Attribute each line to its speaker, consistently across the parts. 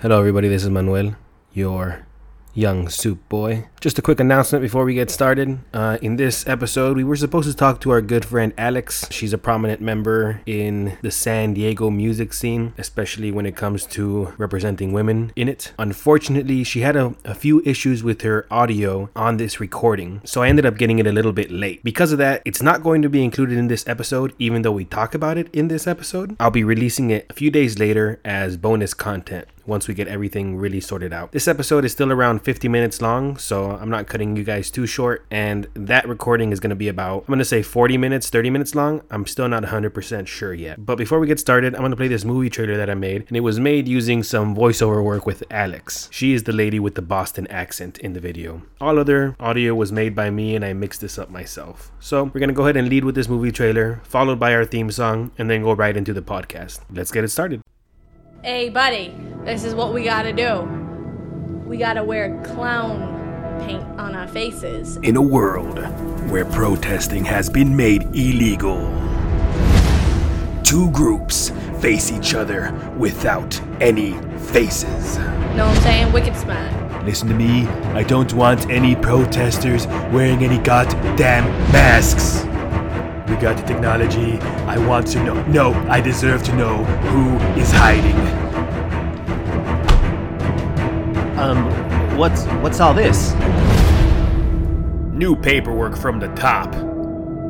Speaker 1: Hello, everybody. This is Manuel, your young soup boy. Just a quick announcement before we get started. Uh, in this episode, we were supposed to talk to our good friend Alex. She's a prominent member in the San Diego music scene, especially when it comes to representing women in it. Unfortunately, she had a, a few issues with her audio on this recording, so I ended up getting it a little bit late. Because of that, it's not going to be included in this episode, even though we talk about it in this episode. I'll be releasing it a few days later as bonus content once we get everything really sorted out. This episode is still around 50 minutes long, so I'm not cutting you guys too short. And that recording is going to be about, I'm going to say 40 minutes, 30 minutes long. I'm still not 100% sure yet. But before we get started, I'm going to play this movie trailer that I made, and it was made using some voiceover work with Alex. She is the lady with the Boston accent in the video. All other audio was made by me, and I mixed this up myself. So we're going to go ahead and lead with this movie trailer, followed by our theme song, and then go right into the podcast. Let's get it started.
Speaker 2: hey buddy this is what we gotta do we gotta wear clown paint on our faces
Speaker 3: in a world where protesting has been made illegal. Two groups face each other without any faces.
Speaker 2: know what i'm saying wicked smart
Speaker 3: Listen to me, I don't want any protesters wearing any goddamn masks. We got the technology. I want to know. No, I deserve to know who is hiding.
Speaker 4: Um, what's what's all this?
Speaker 1: New paperwork from the top.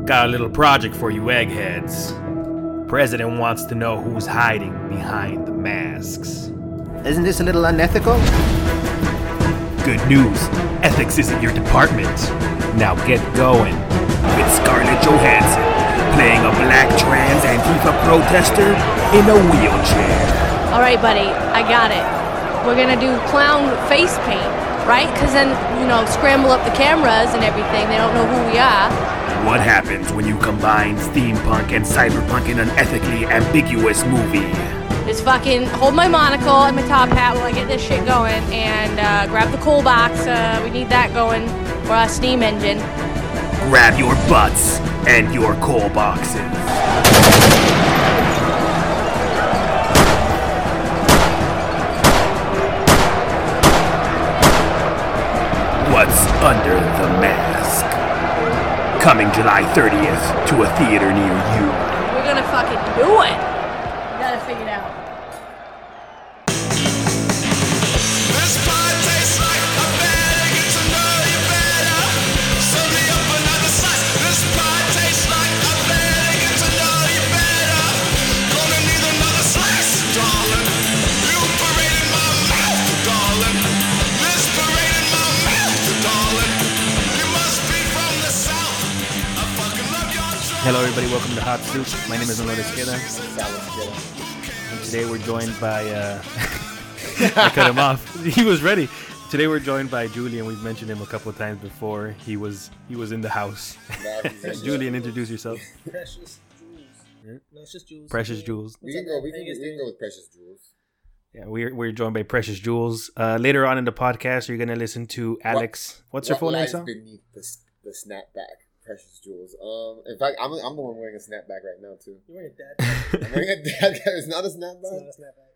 Speaker 1: Got a little project for you, eggheads. President wants to know who's hiding behind the masks.
Speaker 4: Isn't this a little unethical?
Speaker 3: Good news. Ethics isn't your department. Now get going. With Scarlett Johansson playing a black trans Antifa protester in a wheelchair.
Speaker 2: all right buddy i got it we're gonna do clown face paint right because then you know scramble up the cameras and everything they don't know who we are
Speaker 3: What happens when you combine steampunk and cyberpunk in an ethically ambiguous movie?
Speaker 2: just fucking hold my monocle and my top hat while i get this shit going and uh, grab the coal box uh, we need that going or our steam engine
Speaker 3: Grab your butts and your coal boxes. What's under the mask? Coming July 30th to a theater near you.
Speaker 2: We're gonna fucking do it. We gotta figure it out.
Speaker 5: This pie tastes like a better get to know you better. Serve me up another slice. This pie tastes like a better get to know you better. Gonna need another slice, darling. You parade in my mouth, darling. This parade in my mouth, darling. You must be from the south. I fucking love your dress.
Speaker 1: Hello, everybody. Welcome to Hot Soup. My name is Manolo Esqueda. And today we're joined by. Uh, I cut him off. He was ready. Today we're joined by Julian. We've mentioned him a couple of times before. He was he was in the house. Julian, introduce yourself.
Speaker 6: Precious jewels. No, it's just jewels.
Speaker 1: Precious Jules.
Speaker 6: We
Speaker 7: We can go. We can, we can go with precious jewels.
Speaker 1: Yeah, we're, we're joined by Precious Jules. Uh, later on in the podcast, you're going to listen to Alex. What's your
Speaker 7: What
Speaker 1: full name,
Speaker 7: lies
Speaker 1: son?
Speaker 7: beneath the, s- the snapback? Precious jewels. Um, in fact, I'm, I'm the one wearing a snapback right now too.
Speaker 6: You're wearing a dad.
Speaker 7: I'm wearing a dad It's not a
Speaker 6: It's not
Speaker 7: snapback.
Speaker 6: a snapback.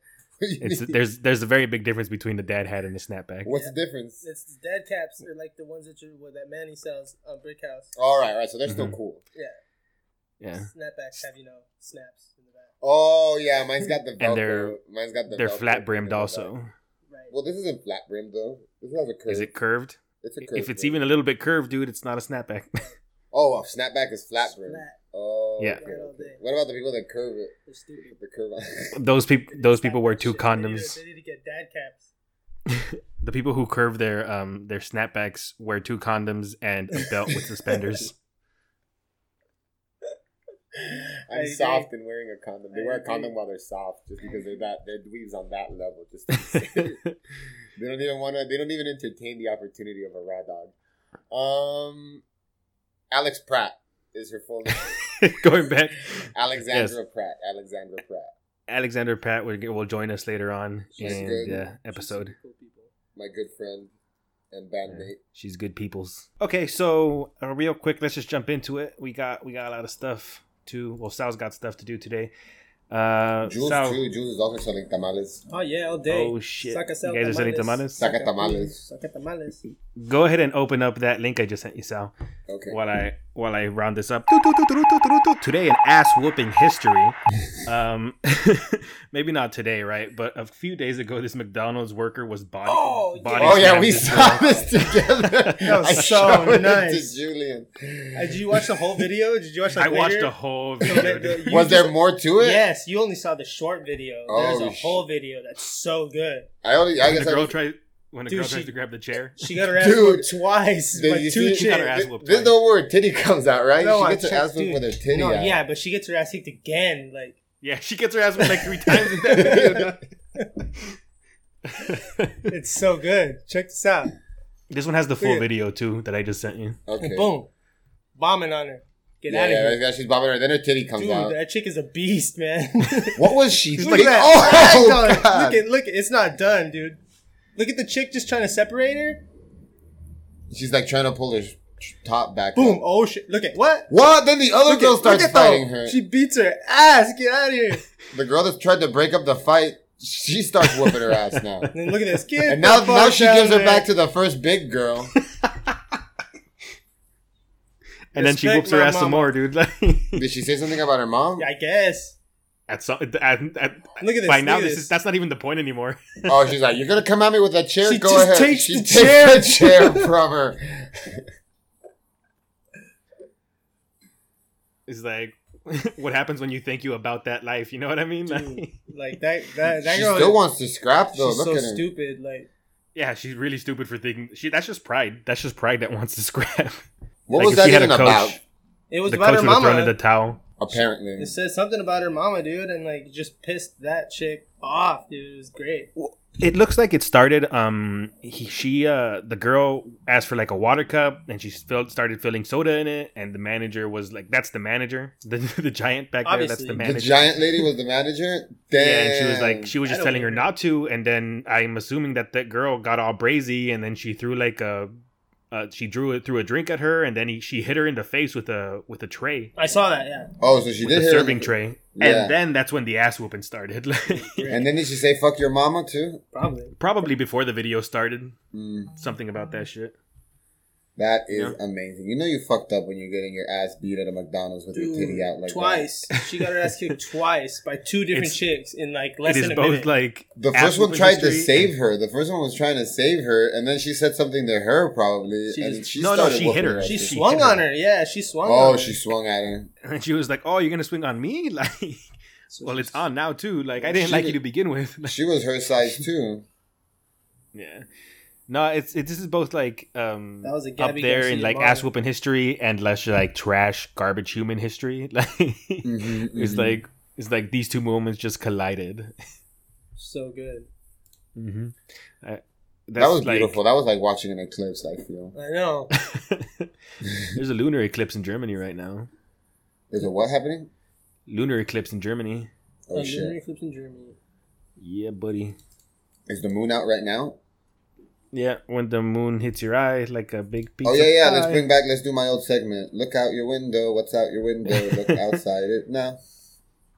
Speaker 1: It's, there's there's a very big difference between the dad hat and the snapback.
Speaker 7: What's the difference?
Speaker 6: It's the dad caps. They're like the ones that you what that Manny sells on Brick House.
Speaker 7: All right, all right. So they're
Speaker 1: Mm-hmm.
Speaker 7: still cool.
Speaker 6: Yeah.
Speaker 1: Yeah,
Speaker 6: Snapbacks have you know snaps in the back.
Speaker 7: Oh yeah, mine's got the velcro.
Speaker 1: And they're-
Speaker 7: mine's got the.
Speaker 1: they're
Speaker 7: Velcro
Speaker 1: flat brimmed
Speaker 7: thing on the
Speaker 1: also.
Speaker 7: back.
Speaker 6: Right.
Speaker 7: Well, this isn't flat brimmed though. This has a curve.
Speaker 1: Is it curved?
Speaker 7: It's a curve.
Speaker 1: If it's
Speaker 7: brim.
Speaker 1: even a little bit curved, dude, it's not a snapback.
Speaker 7: Oh, a snapback is flat brimmed.
Speaker 6: Flat.
Speaker 7: Oh.
Speaker 1: Yeah.
Speaker 7: okay, okay. What about the people that curve it?
Speaker 6: They're stupid.
Speaker 7: The curve.
Speaker 1: those people those people wear
Speaker 6: Snapback
Speaker 1: two
Speaker 6: shit. They need to-
Speaker 1: condoms.
Speaker 6: They need to get dad caps.
Speaker 1: The people who curve their um their snapbacks wear two condoms and a belt with suspenders.
Speaker 6: I
Speaker 7: I'm
Speaker 6: agree.
Speaker 7: soft and wearing a condom. They
Speaker 6: I
Speaker 7: wear a
Speaker 6: agree.
Speaker 7: condom while they're soft, just because they're that they're dweebs on that level. Just they don't even want to. They don't even entertain the opportunity of a raw dog. Um, Alex Pratt is her full name.
Speaker 1: Going back,
Speaker 7: Alexandra Pratt. Alexandra Pratt.
Speaker 1: Alexander Pat will, will join us later on
Speaker 7: She's
Speaker 1: in
Speaker 7: good.
Speaker 6: uh,
Speaker 1: the episode.
Speaker 6: Cool people.
Speaker 7: My good friend and bandmate.
Speaker 1: She's good peoples. Okay, so uh, real quick, let's just jump into it. We got we got a lot of stuff to. Well, Sal's got stuff to do today. Uh,
Speaker 7: Jules
Speaker 1: Sal-
Speaker 7: too. Jules is also selling tamales.
Speaker 6: Oh yeah, all day.
Speaker 1: oh shit!
Speaker 6: Suck us
Speaker 1: You
Speaker 6: out,
Speaker 1: guys are selling tamales.
Speaker 7: Saca tamales.
Speaker 6: Saca tamales.
Speaker 1: Go ahead and open up that link I just sent you, Sal.
Speaker 7: Okay.
Speaker 1: While I while I round this up. Today an ass whooping history. Um, maybe not today, right? But a few days ago, this McDonald's worker was body.
Speaker 6: Oh,
Speaker 1: body
Speaker 7: Oh yeah,
Speaker 1: slammed
Speaker 7: we
Speaker 1: to
Speaker 7: saw this together.
Speaker 6: That was
Speaker 7: I
Speaker 6: so
Speaker 7: showed it
Speaker 6: nice.
Speaker 7: to Julian.
Speaker 6: Uh, did you watch the whole video? Did you watch? Like,
Speaker 1: I watched
Speaker 6: later?
Speaker 1: the whole
Speaker 6: So
Speaker 1: video.
Speaker 6: that the-
Speaker 1: dude.
Speaker 6: you
Speaker 7: Was there
Speaker 6: just-
Speaker 7: more to it?
Speaker 6: Yes, you only saw the short video. There's
Speaker 7: Oh,
Speaker 6: a
Speaker 7: sh-
Speaker 6: whole video that's so good.
Speaker 7: I only. I
Speaker 1: When
Speaker 7: guess
Speaker 1: the
Speaker 7: I
Speaker 1: girl
Speaker 7: was-
Speaker 1: tries when the
Speaker 6: Dude,
Speaker 1: girl
Speaker 6: she-
Speaker 1: tries to grab the chair.
Speaker 6: She got her ass
Speaker 7: Dude,
Speaker 6: whooped twice
Speaker 7: Did
Speaker 6: by
Speaker 7: you
Speaker 6: two
Speaker 7: see-
Speaker 1: She got her
Speaker 6: chicks.
Speaker 1: ass
Speaker 7: Th-
Speaker 1: whooped
Speaker 7: This
Speaker 1: twice.
Speaker 7: is where her titty comes out, right?
Speaker 6: No,
Speaker 7: she
Speaker 6: I
Speaker 7: gets her
Speaker 6: checked,
Speaker 7: ass whooped
Speaker 6: dude.
Speaker 7: with her titty
Speaker 6: No,
Speaker 7: out.
Speaker 6: yeah, but she gets her ass kicked again. Like
Speaker 1: Yeah, she gets her ass whooped like three times in that video.
Speaker 6: it's so good. Check this out.
Speaker 1: this one has the full
Speaker 6: Yeah.
Speaker 1: video too that I just sent you.
Speaker 7: Okay.
Speaker 6: Boom, bombing on her. Get
Speaker 7: Yeah,
Speaker 6: out of
Speaker 7: yeah,
Speaker 6: here,
Speaker 7: yeah, she's bobbing her. Then her titty comes
Speaker 6: dude.
Speaker 7: out.
Speaker 6: That chick is a beast, man.
Speaker 7: What was she?
Speaker 6: Look
Speaker 7: thinking?
Speaker 6: at that.
Speaker 7: Oh,
Speaker 6: Look at-
Speaker 7: God.
Speaker 6: Look at look. at- It's not done, dude. Look at the chick just trying to separate her.
Speaker 7: She's like trying to pull her sh- top back.
Speaker 6: Boom.
Speaker 7: Up.
Speaker 6: Oh shit. Look at what?
Speaker 7: What? Then the other
Speaker 6: Look at,
Speaker 7: girl starts
Speaker 6: look at
Speaker 7: fighting
Speaker 6: though.
Speaker 7: her.
Speaker 6: She beats her ass. Get out of here.
Speaker 7: The girl that tried to break up the fight, she starts whooping her ass now.
Speaker 6: And look at this kid.
Speaker 7: And now, now she gives her back to the first big girl.
Speaker 1: And then she
Speaker 6: Respect
Speaker 1: whoops her
Speaker 6: my
Speaker 1: ass some
Speaker 6: mama.
Speaker 1: more, dude. Like,
Speaker 7: Did she say something about her mom?
Speaker 6: I guess.
Speaker 1: at some, at, at, at-
Speaker 6: Look at this.
Speaker 1: by now,
Speaker 6: look at
Speaker 1: this is that's not even the point anymore.
Speaker 7: Oh, she's like, "You're gonna come at me with a chair?
Speaker 6: She
Speaker 7: Go
Speaker 6: just
Speaker 7: ahead."
Speaker 6: takes
Speaker 7: she
Speaker 6: the
Speaker 7: takes
Speaker 6: chair.
Speaker 7: the chair from her.
Speaker 1: It's like what happens when you think you about that life. You know what I mean? Like,
Speaker 6: Dude, like that. That, that
Speaker 7: she
Speaker 6: girl.
Speaker 7: still wants to scrap
Speaker 6: she's
Speaker 7: though. Look
Speaker 6: so
Speaker 7: at her.
Speaker 6: stupid. Like
Speaker 1: yeah, she's really stupid for thinking she. That's just pride. That's just pride that wants to scrap.
Speaker 7: What
Speaker 1: Like,
Speaker 7: was
Speaker 1: if
Speaker 7: that
Speaker 1: she had a
Speaker 7: even
Speaker 1: coach,
Speaker 7: about?
Speaker 6: it was
Speaker 1: the
Speaker 6: about
Speaker 1: coach
Speaker 6: her
Speaker 1: would have thrown in
Speaker 6: mama.
Speaker 1: the towel.
Speaker 7: Apparently,
Speaker 6: it said something about her mama, dude, and like just pissed that chick off, dude. It was great.
Speaker 1: it looks like it started um he, she uh the girl asked for like a water cup and she filled, started filling soda in it and the manager was like that's the manager the, the giant back there that's
Speaker 6: Obviously.
Speaker 1: the
Speaker 6: The
Speaker 7: the
Speaker 1: manager
Speaker 7: giant lady was the manager. Damn.
Speaker 1: yeah and she was like she was
Speaker 6: I
Speaker 1: just
Speaker 6: don't
Speaker 1: telling her
Speaker 6: remember.
Speaker 1: not to and then i'm assuming that that girl got all brazy and then she threw like a uh, she drew it threw a drink at her and then he, she hit her in the face with a with a tray
Speaker 6: I saw that. Yeah.
Speaker 7: "Oh, so she
Speaker 1: with a
Speaker 7: did hit
Speaker 1: serving
Speaker 7: her.
Speaker 1: tray
Speaker 7: Yeah.
Speaker 1: and then that's when the ass whooping started like,
Speaker 7: And then did she say "fuck your mama" too? Mm,
Speaker 6: Probably.
Speaker 1: probably before the video started something about that shit
Speaker 7: That is amazing. You know you fucked up when you're getting your ass beat at a McDonald's with your
Speaker 6: Dude,
Speaker 7: titty out like That.
Speaker 6: twice. She got her ass kicked twice by two different
Speaker 1: It's-
Speaker 6: chicks in like less
Speaker 1: it is
Speaker 6: than a
Speaker 1: both
Speaker 6: minute.
Speaker 1: like
Speaker 7: The
Speaker 1: ass
Speaker 7: first one
Speaker 1: whooping
Speaker 7: tried to
Speaker 1: history
Speaker 7: save her. The first one was trying to save her, and then she said something to her probably,
Speaker 6: She
Speaker 7: and
Speaker 6: just-
Speaker 7: she
Speaker 1: No, no,
Speaker 7: started
Speaker 1: she hit
Speaker 7: whooping
Speaker 1: her.
Speaker 6: she
Speaker 1: She hit
Speaker 6: swung
Speaker 1: her.
Speaker 6: on her. Yeah, she swung. on
Speaker 7: Oh,
Speaker 6: her.
Speaker 7: she swung at her.
Speaker 1: and she was like, "Oh, you're gonna swing on me? Like, well, it's on now too. Like, I didn't
Speaker 7: She
Speaker 1: like
Speaker 7: did-
Speaker 1: you to begin with. Like,
Speaker 7: She was her size too.
Speaker 1: yeah, no, it's it, this is both like um
Speaker 6: That was a
Speaker 1: up
Speaker 6: Gabby
Speaker 1: there in
Speaker 6: Garcia
Speaker 1: like
Speaker 6: moment.
Speaker 1: ass whooping history and less like trash garbage human history. Like,
Speaker 7: Mm-hmm,
Speaker 1: it's like it's like these two moments just collided.
Speaker 6: so good.
Speaker 1: Mm-hmm.
Speaker 7: that was beautiful. that was like watching an eclipse. I feel.
Speaker 6: I know.
Speaker 1: There's a lunar eclipse in Germany right now.
Speaker 7: Is it what happening?
Speaker 1: Lunar eclipse in Germany.
Speaker 7: Oh
Speaker 6: Lunar
Speaker 7: shit!
Speaker 6: eclipse Uh, in Germany.
Speaker 1: Yeah, buddy.
Speaker 7: Is the moon out right now?
Speaker 1: Yeah, when the moon hits your eye like a big piece.
Speaker 7: Oh yeah,
Speaker 1: of
Speaker 7: yeah.
Speaker 1: pie.
Speaker 7: Let's bring back. Let's do my old segment. Look out your window. What's out your window? Look outside it now.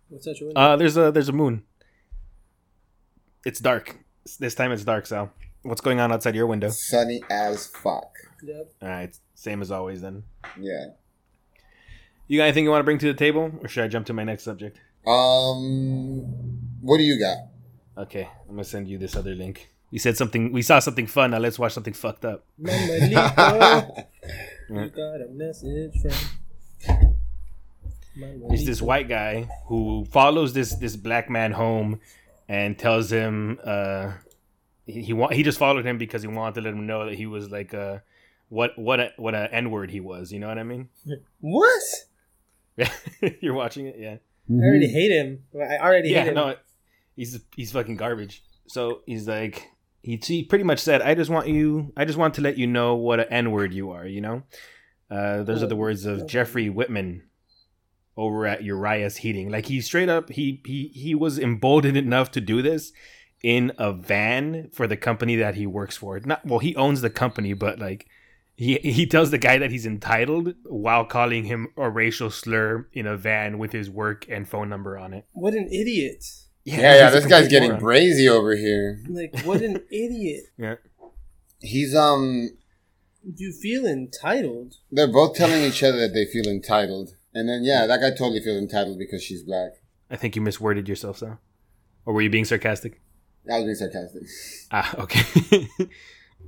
Speaker 6: What's that? Joanna?
Speaker 1: Uh, there's a there's a moon. It's dark. This time it's dark, Sal. What's going on outside your window?
Speaker 7: Sunny as fuck.
Speaker 6: Yep.
Speaker 1: All right, same as always. Then
Speaker 7: Yeah.
Speaker 1: you got anything you want to bring to the table, or should I jump to my next subject?
Speaker 7: Um, what do you got?
Speaker 1: Okay, I'm gonna send you this other link. We said something. We saw something fun. Now let's watch something fucked up.
Speaker 6: Mamalito, you got a message from.
Speaker 1: It's this white guy who follows this this black man home and tells him uh he he, wa- he just followed him because he wanted to let him know that he was like uh what what a, what a n word he was. You know what I mean?
Speaker 6: What?
Speaker 1: Yeah, you're watching it. Yeah.
Speaker 6: I already hate him. I already hate
Speaker 1: yeah,
Speaker 6: him.
Speaker 1: no, he's he's fucking garbage. So he's like, he, he pretty much said, "I just want you, I just want to let you know what an N word you are." You know, uh, those are the words of Jeffrey Whitman over at Urias Heating. Like he straight up, he he he was emboldened enough to do this in a van for the company that he works for. Not well, he owns the company, but like He he tells the guy that he's entitled while calling him a racial slur in a van with his work and phone number on it.
Speaker 6: What an idiot!
Speaker 7: Yeah, yeah,
Speaker 1: he's a
Speaker 7: this guy's
Speaker 1: complete
Speaker 7: getting
Speaker 1: moron.
Speaker 7: brazy over here.
Speaker 6: Like, what an idiot!
Speaker 1: Yeah.
Speaker 7: He's um
Speaker 6: You feel entitled.
Speaker 7: They're both telling each other that they feel entitled. And then, yeah, that guy totally feels entitled because she's black.
Speaker 1: I think you misworded yourself, Sal. Or were you being sarcastic?
Speaker 7: That was being sarcastic.
Speaker 1: Ah, okay.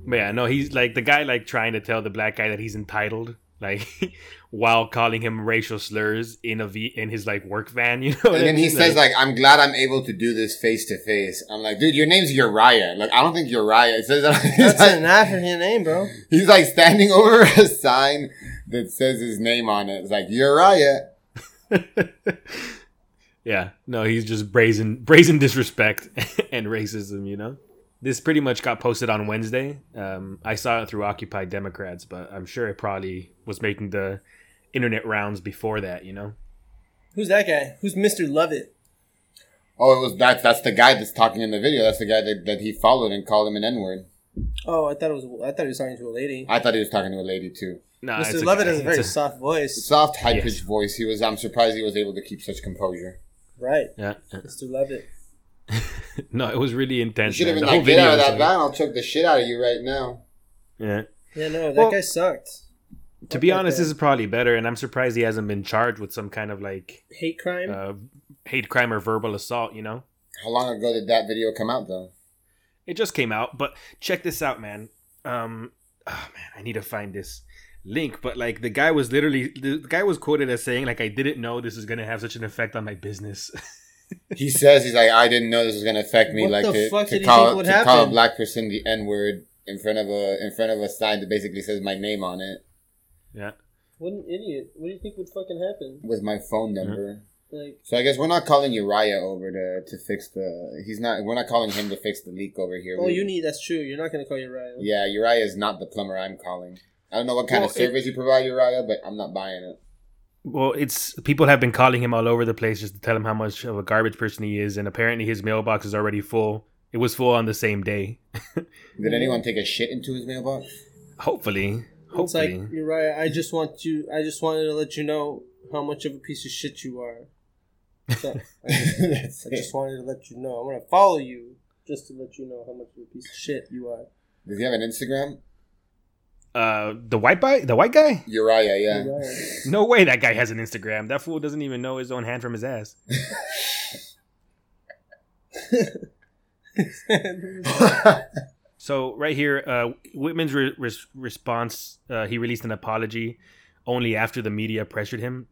Speaker 1: but yeah, no, he's like the guy like trying to tell the black guy that he's entitled, like while calling him racial slurs in a v in his like work van, you know. what I
Speaker 7: And then he
Speaker 1: mean?
Speaker 7: says, like, I'm glad I'm able to do this face to face. I'm like, dude, your name's Uriah. Like, I don't think Uriah. It says that. He's
Speaker 6: That's an
Speaker 7: like,
Speaker 6: African name, bro.
Speaker 7: he's like standing over a sign that says his name on it. It's like, Uriah.
Speaker 1: Yeah, no, he's just brazen, brazen disrespect and racism. You know, this pretty much got posted on Wednesday. Um, I saw it through Occupy Democrats, but I'm sure it probably was making the internet rounds before that. You know,
Speaker 6: Who's that guy? Who's Mister Lovett?
Speaker 7: Oh, it was that. That's the guy that's talking in the video. That's the guy that, that he followed and called him an N word.
Speaker 6: Oh, I thought it was. I thought he was talking to a lady.
Speaker 7: I thought he was talking to a lady, too.
Speaker 1: no,
Speaker 6: Mister Lovett has a very
Speaker 1: Ah, it's
Speaker 6: soft voice,
Speaker 7: Soft, high pitched voice. He was, I'm surprised he was able to keep such composure.
Speaker 6: right?
Speaker 1: yeah,
Speaker 6: Mister Lovett.
Speaker 1: no, it was really
Speaker 7: He
Speaker 1: intense.
Speaker 7: should have
Speaker 1: man.
Speaker 7: been
Speaker 1: The whole
Speaker 7: like, get out of
Speaker 1: video
Speaker 7: that
Speaker 1: was like-
Speaker 7: van. I'll choke the shit out of you right now.
Speaker 1: Yeah.
Speaker 6: Yeah, no, that
Speaker 1: Well-
Speaker 6: guy sucked.
Speaker 1: To be
Speaker 6: Okay,
Speaker 1: honest,
Speaker 6: okay.
Speaker 1: this is probably better, and I'm surprised he hasn't been charged with some kind of like
Speaker 6: Hate crime.
Speaker 1: uh, hate crime or verbal assault. You know,
Speaker 7: How long ago did that video come out, though?
Speaker 1: It just came out, but check this out, man. Um, oh man, I need to find this link. But like, the guy was literally the guy was quoted as saying, like, I didn't know this is gonna have such an effect on my business.
Speaker 7: He says he's like, I didn't know this was gonna affect me.
Speaker 6: What
Speaker 7: like
Speaker 6: the
Speaker 7: to,
Speaker 6: fuck
Speaker 7: to
Speaker 6: did he
Speaker 7: call
Speaker 6: think would
Speaker 7: to call a
Speaker 6: happen?
Speaker 7: black person the N word in front of a in front of a sign that basically says my name on it
Speaker 1: yeah,
Speaker 6: what an idiot! What do you think would fucking happen?
Speaker 7: with my phone number.
Speaker 6: Like,
Speaker 7: So I guess we're not calling Uriah over to to fix the. He's not. We're not calling him to fix the leak over here.
Speaker 6: oh,
Speaker 7: We-
Speaker 6: you need. That's true. You're not gonna call your rival.
Speaker 7: Yeah, Uriah is not the plumber I'm calling. I don't know what kind
Speaker 1: Well,
Speaker 7: of
Speaker 1: it-
Speaker 7: service you provide, Uriah, but I'm not buying it.
Speaker 1: well, it's people have been calling him all over the place just to tell him how much of a garbage person he is, and apparently his mailbox is already full. It was full on the same day.
Speaker 7: Did
Speaker 6: Mm.
Speaker 7: anyone take a shit into his mailbox?
Speaker 1: Hopefully,
Speaker 6: It's like
Speaker 1: hopefully,
Speaker 6: Uriah. I just want you. I just wanted to let you know how much of a piece of shit you are. So, I, just,
Speaker 7: That's
Speaker 6: I
Speaker 7: it.
Speaker 6: just wanted to let you know. I'm gonna follow you just to let you know how much of a piece of shit you are.
Speaker 7: Does he have an Instagram?
Speaker 1: uh, the white guy, the white guy.
Speaker 7: Uriah, yeah.
Speaker 6: Uriah.
Speaker 1: No way, that guy has an Instagram. That fool doesn't even know his own hand from his ass. So right here, uh, Whitman's re- res- response, uh, he released an apology only after the media pressured him.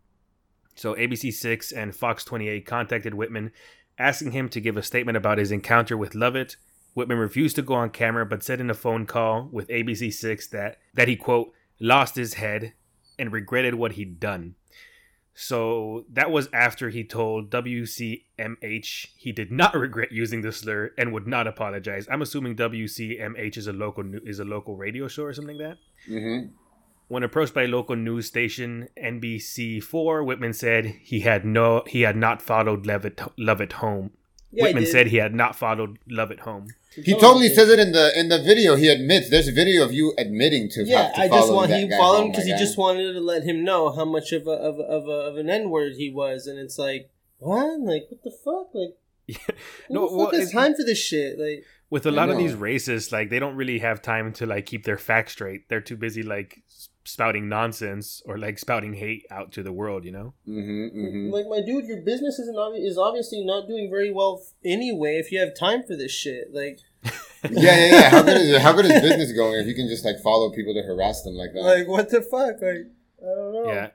Speaker 1: So ABC6 and Fox 28 contacted Whitman, asking him to give a statement about his encounter with Lovett. Whitman refused to go on camera, but said in a phone call with ABC6 that that he quote lost his head and regretted what he'd done. So that was after he told WCMH he did not regret using the slur and would not apologize. I'm assuming WCMH is a local new, is a local radio show or something like that.
Speaker 7: hmm
Speaker 1: When approached by local news station NBC4, Whitman said he had no he had not followed Levitt Lovett home.
Speaker 6: Yeah, I
Speaker 1: Whitman
Speaker 6: did.
Speaker 1: said he had not followed Lovett home.
Speaker 7: He totally says it in the in the video. He admits there's a video of you admitting to.
Speaker 6: Yeah,
Speaker 7: have to
Speaker 6: I just
Speaker 7: follow
Speaker 6: want
Speaker 7: that
Speaker 6: he
Speaker 7: guy
Speaker 6: followed him
Speaker 7: home,
Speaker 6: because
Speaker 7: my
Speaker 6: he
Speaker 7: guy.
Speaker 6: just wanted to let him know how much of a of a, of, a, of an N word he was, and it's like what? Like what the fuck? Like who
Speaker 1: No,
Speaker 6: the fuck
Speaker 1: well,
Speaker 6: has
Speaker 1: it's-
Speaker 6: time for this shit? Like
Speaker 1: With a
Speaker 7: I
Speaker 1: lot of
Speaker 7: know.
Speaker 1: these racists, like they don't really have time to like keep their facts straight. They're too busy like spouting nonsense or like spouting hate out to the world, you know?
Speaker 7: Mhm,
Speaker 1: Mm-hmm,
Speaker 7: mhm.
Speaker 6: Like my dude, your business isn't obvi- is obviously not doing very well f- anyway. If you have time for this shit, like
Speaker 7: yeah, yeah, yeah. How good is how good is business going if you can just like follow people to harass them like that?
Speaker 6: like what the fuck? Like I don't know.
Speaker 1: Yeah.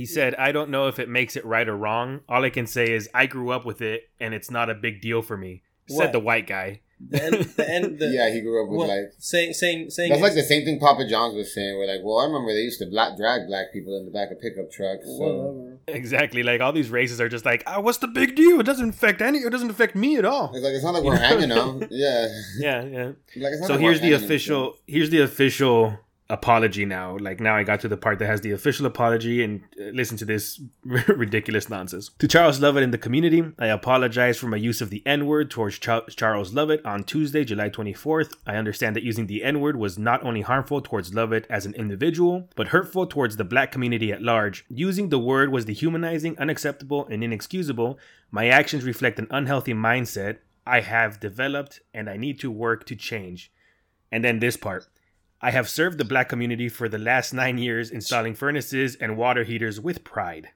Speaker 1: He said, I don't know if it makes it right or wrong. All I can say is I grew up with it and it's not a big deal for me. Said
Speaker 6: What?
Speaker 1: the white guy.
Speaker 6: The end. The end. The,
Speaker 7: yeah, he grew up with
Speaker 6: what-
Speaker 7: like.
Speaker 6: saying saying saying.
Speaker 7: That's like the same thing Papa John's was saying. We're like, well, I remember they used to black drag black people in the back of pickup trucks. So
Speaker 6: Whatever.
Speaker 1: Exactly. Like all these races are just like, ah, what's the big deal? It doesn't affect any it doesn't affect me at all.
Speaker 7: it's like it's not like we're hanging them. Yeah.
Speaker 1: Yeah, yeah.
Speaker 7: Like, it's not
Speaker 1: So
Speaker 7: like
Speaker 1: here's
Speaker 7: we're
Speaker 1: the
Speaker 7: hanging 'em.
Speaker 1: official here's the official apology now. Like now I got to the part that has the official apology and uh, listen to this ridiculous nonsense. To Charles Lovett and the community, I apologize for my use of the N-word towards Char- Charles Lovett on Tuesday, July 24th. I understand that using the N-word was not only harmful towards Lovett as an individual, but hurtful towards the black community at large. Using the word was dehumanizing, unacceptable, and inexcusable. My actions reflect an unhealthy mindset I have developed and I need to work to change. And then this part. I have served the black community for the last nine years installing furnaces and water heaters with pride.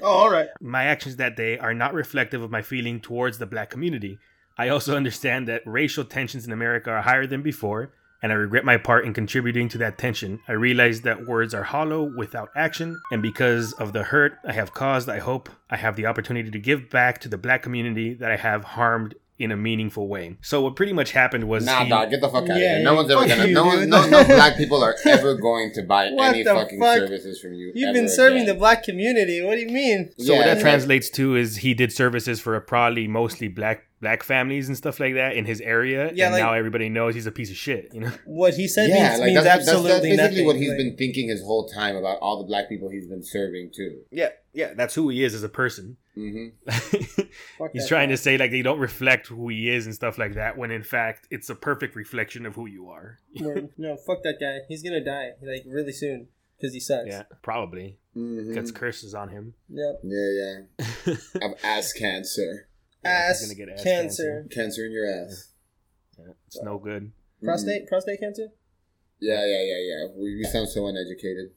Speaker 6: Oh, all right.
Speaker 1: My actions that day are not reflective of my feeling towards the black community. I also understand that racial tensions in America are higher than before, and I regret my part in contributing to that tension. I realize that words are hollow without action, and because of the hurt I have caused, I hope I have the opportunity to give back to the black community that I have harmed in a meaningful way. So what pretty much happened was
Speaker 7: Nah,
Speaker 1: he-
Speaker 7: dog, get the fuck out of
Speaker 6: Yeah,
Speaker 7: here.
Speaker 6: yeah,
Speaker 7: No one's ever
Speaker 6: fuck
Speaker 7: gonna.
Speaker 6: you,
Speaker 7: no, one,
Speaker 6: dude.
Speaker 7: no, no black people are ever going to buy
Speaker 6: What
Speaker 7: any
Speaker 6: the
Speaker 7: fucking
Speaker 6: fuck?
Speaker 7: services from you.
Speaker 6: You've
Speaker 7: ever
Speaker 6: been serving
Speaker 7: again.
Speaker 6: the black community. What do you mean?
Speaker 1: So what
Speaker 7: Yeah,
Speaker 1: that
Speaker 7: like-
Speaker 1: translates to is he did services for probably mostly black black families and stuff like that in his area,
Speaker 6: Yeah,
Speaker 1: and
Speaker 6: like-
Speaker 1: now everybody knows he's a piece of shit. You know,
Speaker 6: What he said
Speaker 7: yeah,
Speaker 6: means,
Speaker 7: like
Speaker 6: means
Speaker 7: that's, that's, that's
Speaker 6: absolutely
Speaker 7: basically
Speaker 6: nothing.
Speaker 7: what he's
Speaker 6: Like,
Speaker 7: been thinking his whole time about all the black people he's been serving too.
Speaker 1: yeah, yeah, that's who he is as a person.
Speaker 7: hmm
Speaker 6: fuck
Speaker 1: he's
Speaker 6: that
Speaker 1: trying to
Speaker 6: guy.
Speaker 1: say like they don't reflect who he is and stuff like that, when in fact it's a perfect reflection of who you are.
Speaker 6: We're- no, fuck that guy. He's gonna die like really soon because he sucks.
Speaker 1: Yeah, probably
Speaker 7: hmm
Speaker 1: gets curses on him.
Speaker 6: Yep.
Speaker 7: Yeah, yeah. I have ass cancer.
Speaker 1: Yeah, he's
Speaker 6: ass,
Speaker 1: gonna get ass
Speaker 6: cancer,
Speaker 7: Cancer in your ass. Mm-hmm.
Speaker 1: It's no good.
Speaker 6: prostate, prostate cancer,
Speaker 7: Yeah, yeah, yeah, yeah. We, we sound so uneducated.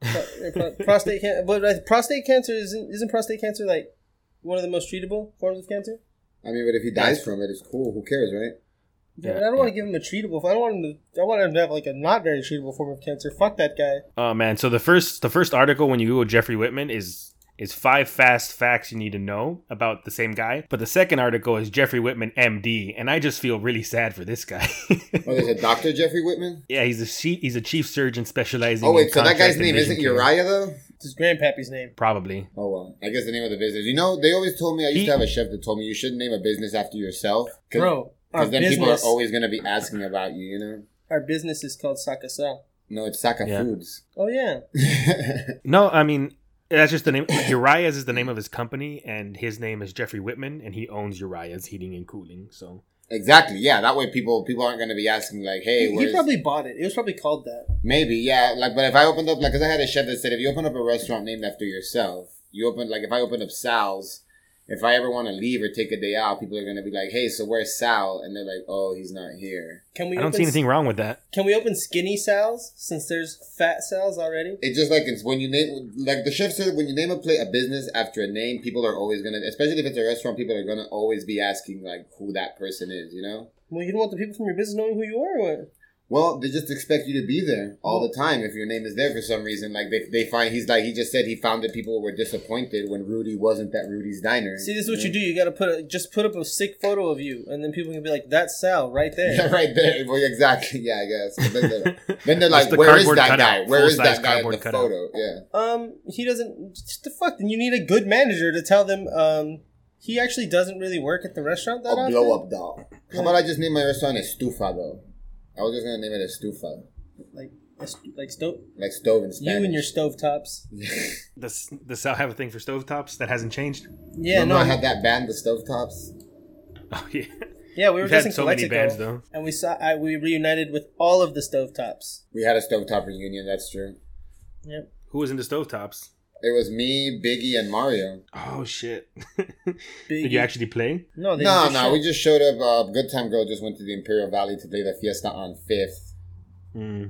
Speaker 6: Pro- pro- prostate cancer. But uh, prostate cancer isn't isn't prostate cancer like one of the most treatable forms of cancer?
Speaker 7: I mean, but if he dies from it, it's cool. Who cares, right?
Speaker 6: Yeah,
Speaker 1: Yeah,
Speaker 6: but I don't want to give him a treatable. I don't want him to. I want him to have like a not very treatable form of cancer. Fuck that guy.
Speaker 1: Oh man, so the first the first article when you Google Jeffrey Whitman is is five fast facts you need to know about the same guy. But the second article is Jeffrey Whitman MD, and I just feel really sad for this guy.
Speaker 7: Oh, there's a Dr. Jeffrey Whitman?
Speaker 1: yeah, he's a chief, he's a chief surgeon specializing.
Speaker 7: Oh,
Speaker 1: in
Speaker 7: wait, so that
Speaker 1: contrast
Speaker 7: guy's
Speaker 1: and
Speaker 7: name
Speaker 1: vision
Speaker 7: isn't
Speaker 1: care.
Speaker 7: Uriah, though?
Speaker 6: It's his grandpappy's name.
Speaker 1: Probably.
Speaker 7: Oh, well. I guess the name of the business. You know, they always told me, I used
Speaker 1: He-
Speaker 7: to have a chef that told me you shouldn't name a business after yourself.
Speaker 6: Bro, our
Speaker 7: Because then people are
Speaker 6: business,
Speaker 7: always going to be asking about you, you know?
Speaker 6: our business is called Sakasa.
Speaker 7: No, it's Saka
Speaker 1: Yeah.
Speaker 7: Foods.
Speaker 6: Oh yeah,
Speaker 1: No, I mean that's just the name. Uriah's is the name of his company, and his name is Jeffrey Whitman, and he owns Uriah's Heating and Cooling. So
Speaker 7: exactly. Yeah, that way people people aren't going to be asking, like, hey,
Speaker 6: he, he
Speaker 7: where's.
Speaker 6: probably bought it. It was probably called that.
Speaker 7: Maybe, yeah. Like, but if I opened up, like, because I had a chef that said, if you open up a restaurant named after yourself, you open, like, if I open up Sal's, if I ever want to leave or take a day out, people are going to be like, hey, so where's Sal? And they're like, oh, he's not here.
Speaker 6: Can we?
Speaker 1: I don't
Speaker 6: open
Speaker 1: see
Speaker 6: s-
Speaker 1: anything wrong with that.
Speaker 6: Can we open skinny Sal's since there's fat Sal's already?
Speaker 7: It's just like it's when you name, like the chef said, when you name a play a business after a name, people are always gonna, especially if it's a restaurant, people are gonna always be asking like who that person is, you know.
Speaker 6: Well, you don't want the people from your business knowing who you are. Or what?
Speaker 7: Well, they just expect you to be there all the time if your name is there for some reason. Like they, they find he's like he just said he found that people were disappointed when Rudy wasn't at Rudy's diner.
Speaker 6: See, this is what you do. You gotta put a, just put up a sick photo of you, and then people can be like, "That's Sal right there."
Speaker 7: Yeah, right there. Well, exactly. Yeah, I guess. But then they're, then they're
Speaker 1: That's
Speaker 7: like,
Speaker 1: the
Speaker 7: "Where is
Speaker 1: cardboard
Speaker 7: that
Speaker 1: cutout,
Speaker 7: guy? Where is
Speaker 1: full-size
Speaker 7: that guy in the
Speaker 1: cardboard cutout.
Speaker 7: photo?" Yeah.
Speaker 6: Um, he doesn't. What the fuck? Then you need a good manager to tell them. Um, he actually doesn't really work at the restaurant that
Speaker 7: A
Speaker 6: often.
Speaker 7: blow up doll. How about I just name my restaurant Estufa though? I was just gonna name it Estufa,
Speaker 6: Like, like stove.
Speaker 7: like stove in
Speaker 6: You
Speaker 7: Spanish.
Speaker 6: and your stovetops.
Speaker 1: Does does Sal have a thing for stovetops that hasn't changed?
Speaker 6: Yeah,
Speaker 7: Remember
Speaker 6: no.
Speaker 7: I had that band, the Stovetops.
Speaker 1: Oh yeah,
Speaker 6: yeah, we were
Speaker 1: we've
Speaker 6: just
Speaker 1: had
Speaker 6: in
Speaker 1: so many
Speaker 6: Calexico,
Speaker 1: bands though.
Speaker 6: and we saw. I, we reunited with all of the stovetops.
Speaker 7: We had a stovetop reunion. That's true.
Speaker 6: Yep.
Speaker 1: Who was into stovetops?
Speaker 7: It was me, Biggie, and Mario.
Speaker 1: Oh shit!
Speaker 6: Big,
Speaker 1: Did you actually play?
Speaker 6: No, they
Speaker 7: No,
Speaker 6: didn't do
Speaker 7: no,
Speaker 6: shit.
Speaker 7: we just showed up. Uh, Good Time Girl just went to the Imperial Valley to play the fiesta on Fifth,
Speaker 6: Hmm.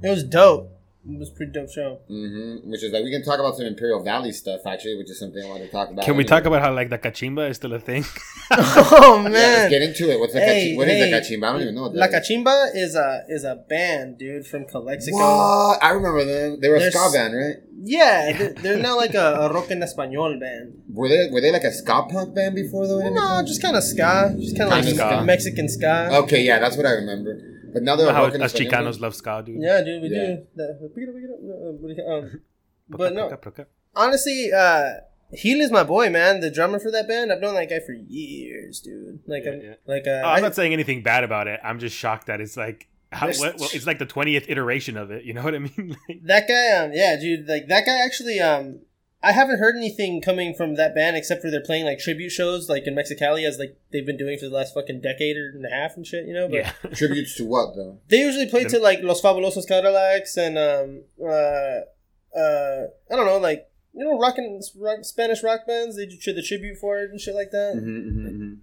Speaker 6: It was dope. It was a pretty dope show.
Speaker 7: mm-hmm. which is like we can talk about some Imperial Valley stuff actually, which is something I want to talk about.
Speaker 1: Can we
Speaker 7: anyway.
Speaker 1: talk about how like the cachimba is still a thing?
Speaker 6: oh
Speaker 7: Yeah, let's get into it. What's the
Speaker 6: Hey,
Speaker 7: cachi- what is
Speaker 6: hey.
Speaker 7: the cachimba? I don't even know. What
Speaker 6: La
Speaker 7: that is.
Speaker 6: Cachimba is a is a band, dude, from Calexico.
Speaker 7: What? I remember them. They were a
Speaker 6: There's-
Speaker 7: ska band, right?
Speaker 6: Yeah, They're, they're now like a, a rock en español band.
Speaker 7: Were they were they like a ska punk band before though?
Speaker 6: No, just kind of ska, just kind of like
Speaker 7: Kinda ska.
Speaker 6: Mexican ska.
Speaker 7: Okay, yeah, that's what I remember. But now they're
Speaker 1: how
Speaker 7: rocking
Speaker 1: us
Speaker 7: a fucking-
Speaker 1: Chicanos love ska, dude.
Speaker 6: Yeah, dude, we
Speaker 7: Yeah.
Speaker 6: do. The- Um, but no,
Speaker 1: Poca, poca.
Speaker 6: honestly, uh, Heel is my boy, man. The drummer for that band, I've known that guy for years, dude. Like, I'm, like, uh,
Speaker 1: Oh, I'm
Speaker 6: I-
Speaker 1: not saying anything bad about it. I'm just shocked that it's like How, what, well, it's like the twentieth iteration of it. You know what I mean? Like,
Speaker 6: That guy, um, yeah, dude, like that guy actually, um, I haven't heard anything coming from that band except for they're playing like tribute shows, like in Mexicali, as like they've been doing for the last fucking decade or and a half and shit, you know. But
Speaker 1: yeah,
Speaker 7: Tributes to what though?
Speaker 6: they usually play
Speaker 1: The-
Speaker 6: to like Los Fabulosos Cadillacs and um, uh, uh, I don't know, like you know, rocking rock, Spanish rock bands. They do tri- the tribute for it and shit like that.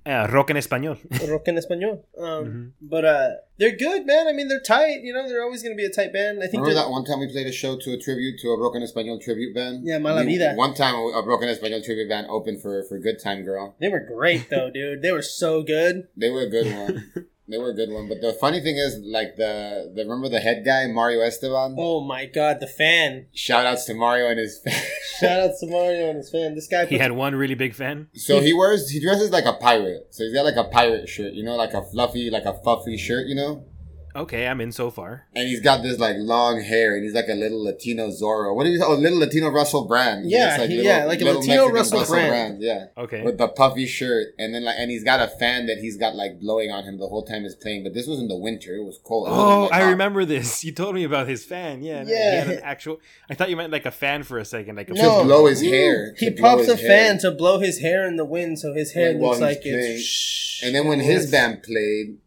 Speaker 1: uh, rock en español.
Speaker 6: rock en español. Um, But uh, they're good, man. I mean, they're tight. You know, they're always going to be a tight band. I think
Speaker 7: Remember
Speaker 6: they're
Speaker 7: that one time we played a show to a tribute to a Broken Espanol tribute band?
Speaker 6: Yeah, Mala
Speaker 7: We-
Speaker 6: Vida.
Speaker 7: One time a Broken Espanol tribute band opened for for Good Time Girl.
Speaker 6: they were great though, dude. They were so good.
Speaker 7: They were a good one. they were a good one. But the funny thing is, like the the remember the head guy Mario Esteban.
Speaker 6: Oh my god, the fan.
Speaker 7: Shout outs to Mario and his.
Speaker 6: Shout out to Mario and his fan. This guy.
Speaker 1: He
Speaker 6: puts-
Speaker 1: had one really big fan.
Speaker 7: so he wears he dresses like a pirate. So he's got like a pirate shirt, you know, like a fluffy, like a fluffy shirt, you know.
Speaker 1: Okay, I'm in so far.
Speaker 7: And he's got this like long hair, and he's like a little Latino Zorro. What do you? Oh, little Latino Russell Brand.
Speaker 6: Yeah,
Speaker 7: It's
Speaker 6: he- yeah, like a Latino Russell Brand.
Speaker 7: Yeah,
Speaker 1: Okay,
Speaker 7: with the puffy shirt, and then like, and he's got a fan that he's got like blowing on him the whole time he's playing. But this was in the winter; it was cold. It wasn't,
Speaker 1: Oh,
Speaker 7: like,
Speaker 1: I
Speaker 7: hot.
Speaker 1: remember this. You told me about his fan. Yeah, no, He had
Speaker 6: Yeah.
Speaker 1: an actual. I thought you meant like a fan for a second, like a
Speaker 7: To blow his hair. to
Speaker 6: He
Speaker 7: blow
Speaker 6: pops
Speaker 7: his
Speaker 6: a
Speaker 7: hair.
Speaker 6: fan to blow his hair in the wind, so his hair
Speaker 7: Like, while
Speaker 6: looks
Speaker 7: he's
Speaker 6: like
Speaker 7: playing.
Speaker 6: it's. Shh.
Speaker 7: And then when his band played,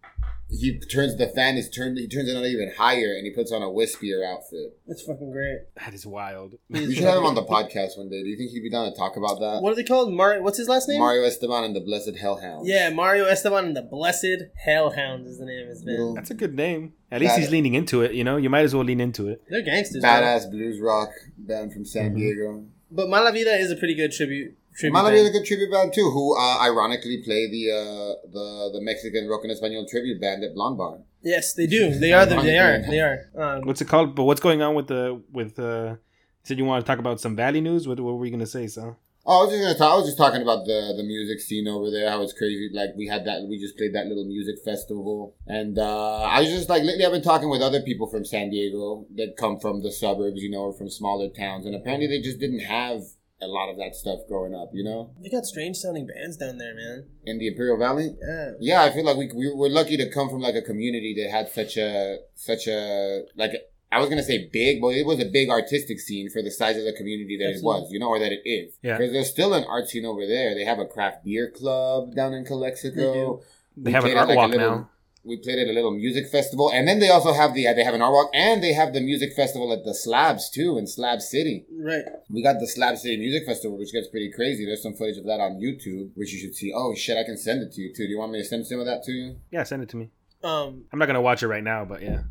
Speaker 7: he turns the fan is turned. He turns it on even higher, and he puts on a wispier outfit.
Speaker 6: It's fucking great.
Speaker 1: That is wild.
Speaker 7: We should have him on the podcast one day. Do you think he'd be down to talk about that?
Speaker 6: What are they called? Mario. What's his last name?
Speaker 7: Mario Esteban and the Blessed Hellhound.
Speaker 6: Yeah, Mario Esteban and the Blessed Hellhound is the name of his band.
Speaker 7: Little
Speaker 1: That's a good name. At least
Speaker 7: Got
Speaker 1: he's
Speaker 7: it.
Speaker 1: leaning into it. You know, you might as well lean into it.
Speaker 6: They're gangsters. Bro.
Speaker 7: badass blues rock band from San Diego.
Speaker 6: But Malavida is a pretty good tribute. Mm-hmm. tribute
Speaker 7: Mala
Speaker 6: band.
Speaker 7: is a good tribute band too, who uh, ironically play the uh, the the Mexican rock and Espanol tribute band at Blonde Bar.
Speaker 6: Yes, they do. They are. The, they are.
Speaker 7: Ironically.
Speaker 6: They are. Um,
Speaker 1: What's it called? But what's going on with the with uh? Said you want to talk about some Valley news. What, what were you gonna say, Sal?
Speaker 7: Oh, I was just gonna talk. I was just talking about the the music scene over there. How it's crazy. Like we had that. We just played that little music festival, and uh, I was just like lately. I've been talking with other people from San Diego that come from the suburbs, you know, or from smaller towns, and apparently they just didn't have a lot of that stuff growing up, you know,
Speaker 6: they got strange sounding bands down there, man.
Speaker 7: in the Imperial Valley.
Speaker 6: Yeah.
Speaker 7: Yeah, I feel like we we were lucky to come from like a community that had such a such a like I was gonna say big, but it was a big artistic scene for the size of the community that it was, you know, or that it is.
Speaker 1: Yeah.
Speaker 7: because there's still an art scene over there. They have a craft beer club down in Calexico.
Speaker 1: They have an
Speaker 7: played
Speaker 1: art
Speaker 7: at, like, a
Speaker 1: walk
Speaker 7: little-
Speaker 1: now.
Speaker 7: We played at a little music festival, and then they also have the they have an art walk, and they have the music festival at the Slabs too in Slab City.
Speaker 6: Right.
Speaker 7: We got the Slab City Music Festival, which gets pretty crazy. There's some footage of that on YouTube, which you should see. Oh shit, I can send it to you too. Do you want me to send some of that to you?
Speaker 1: Yeah, send it to me.
Speaker 6: Um.
Speaker 1: I'm not gonna watch it right now, but yeah.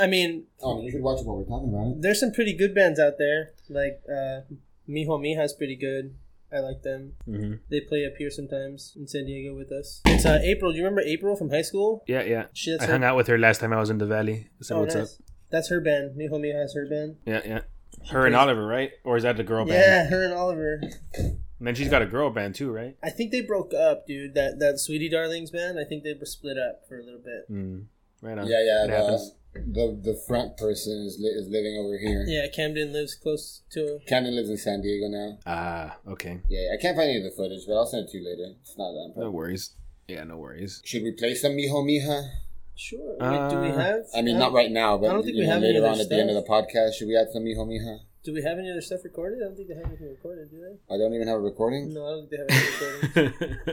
Speaker 6: I mean,
Speaker 7: Oh, you should watch it while we're talking about
Speaker 6: there's some pretty good bands out there. Like uh, Mijo Mija's pretty good. I like them.
Speaker 1: Mm-hmm.
Speaker 6: They play up here sometimes in San Diego with us. It's uh, April. Do you remember April from high school?
Speaker 1: Yeah, yeah.
Speaker 6: She, that's Oh,
Speaker 1: I
Speaker 6: her-
Speaker 1: hung out with her last time I was in the Valley. So what's up?
Speaker 6: That's her band. Mijo Mija's her band.
Speaker 1: Yeah, yeah. Her and Oliver, right? Or is that the girl band?
Speaker 6: Yeah, her and Oliver.
Speaker 1: And then she's got a girl band too, right?
Speaker 6: I think they broke up, dude. That that Sweetie Darlings band. I think they were split up for a little bit.
Speaker 1: Mm. Right on.
Speaker 7: it. Yeah, yeah.
Speaker 1: It
Speaker 7: The,
Speaker 1: happens.
Speaker 7: the the front person is li- is living over here.
Speaker 6: Yeah, Camden lives close to.
Speaker 7: Camden lives in San Diego now.
Speaker 1: Ah, okay.
Speaker 7: Yeah, I can't find any of the footage, but I'll send it to you later. It's not that
Speaker 1: No
Speaker 7: important.
Speaker 1: worries. Yeah, no worries.
Speaker 7: Should we play some Mijo Mija?
Speaker 6: Sure. Wait, do we
Speaker 1: Uh,
Speaker 6: have?
Speaker 7: I mean,
Speaker 6: uh,
Speaker 7: not right now, but
Speaker 6: I don't think
Speaker 7: you
Speaker 6: we
Speaker 7: know,
Speaker 6: have any
Speaker 7: later
Speaker 6: other
Speaker 7: on at the end of
Speaker 6: stuff.
Speaker 7: the podcast, should we add some Mijo Mija?
Speaker 6: Do we have any other stuff recorded? I don't think they have anything recorded, do they?
Speaker 7: I don't even have a recording.
Speaker 6: No, I don't think they have anything recorded.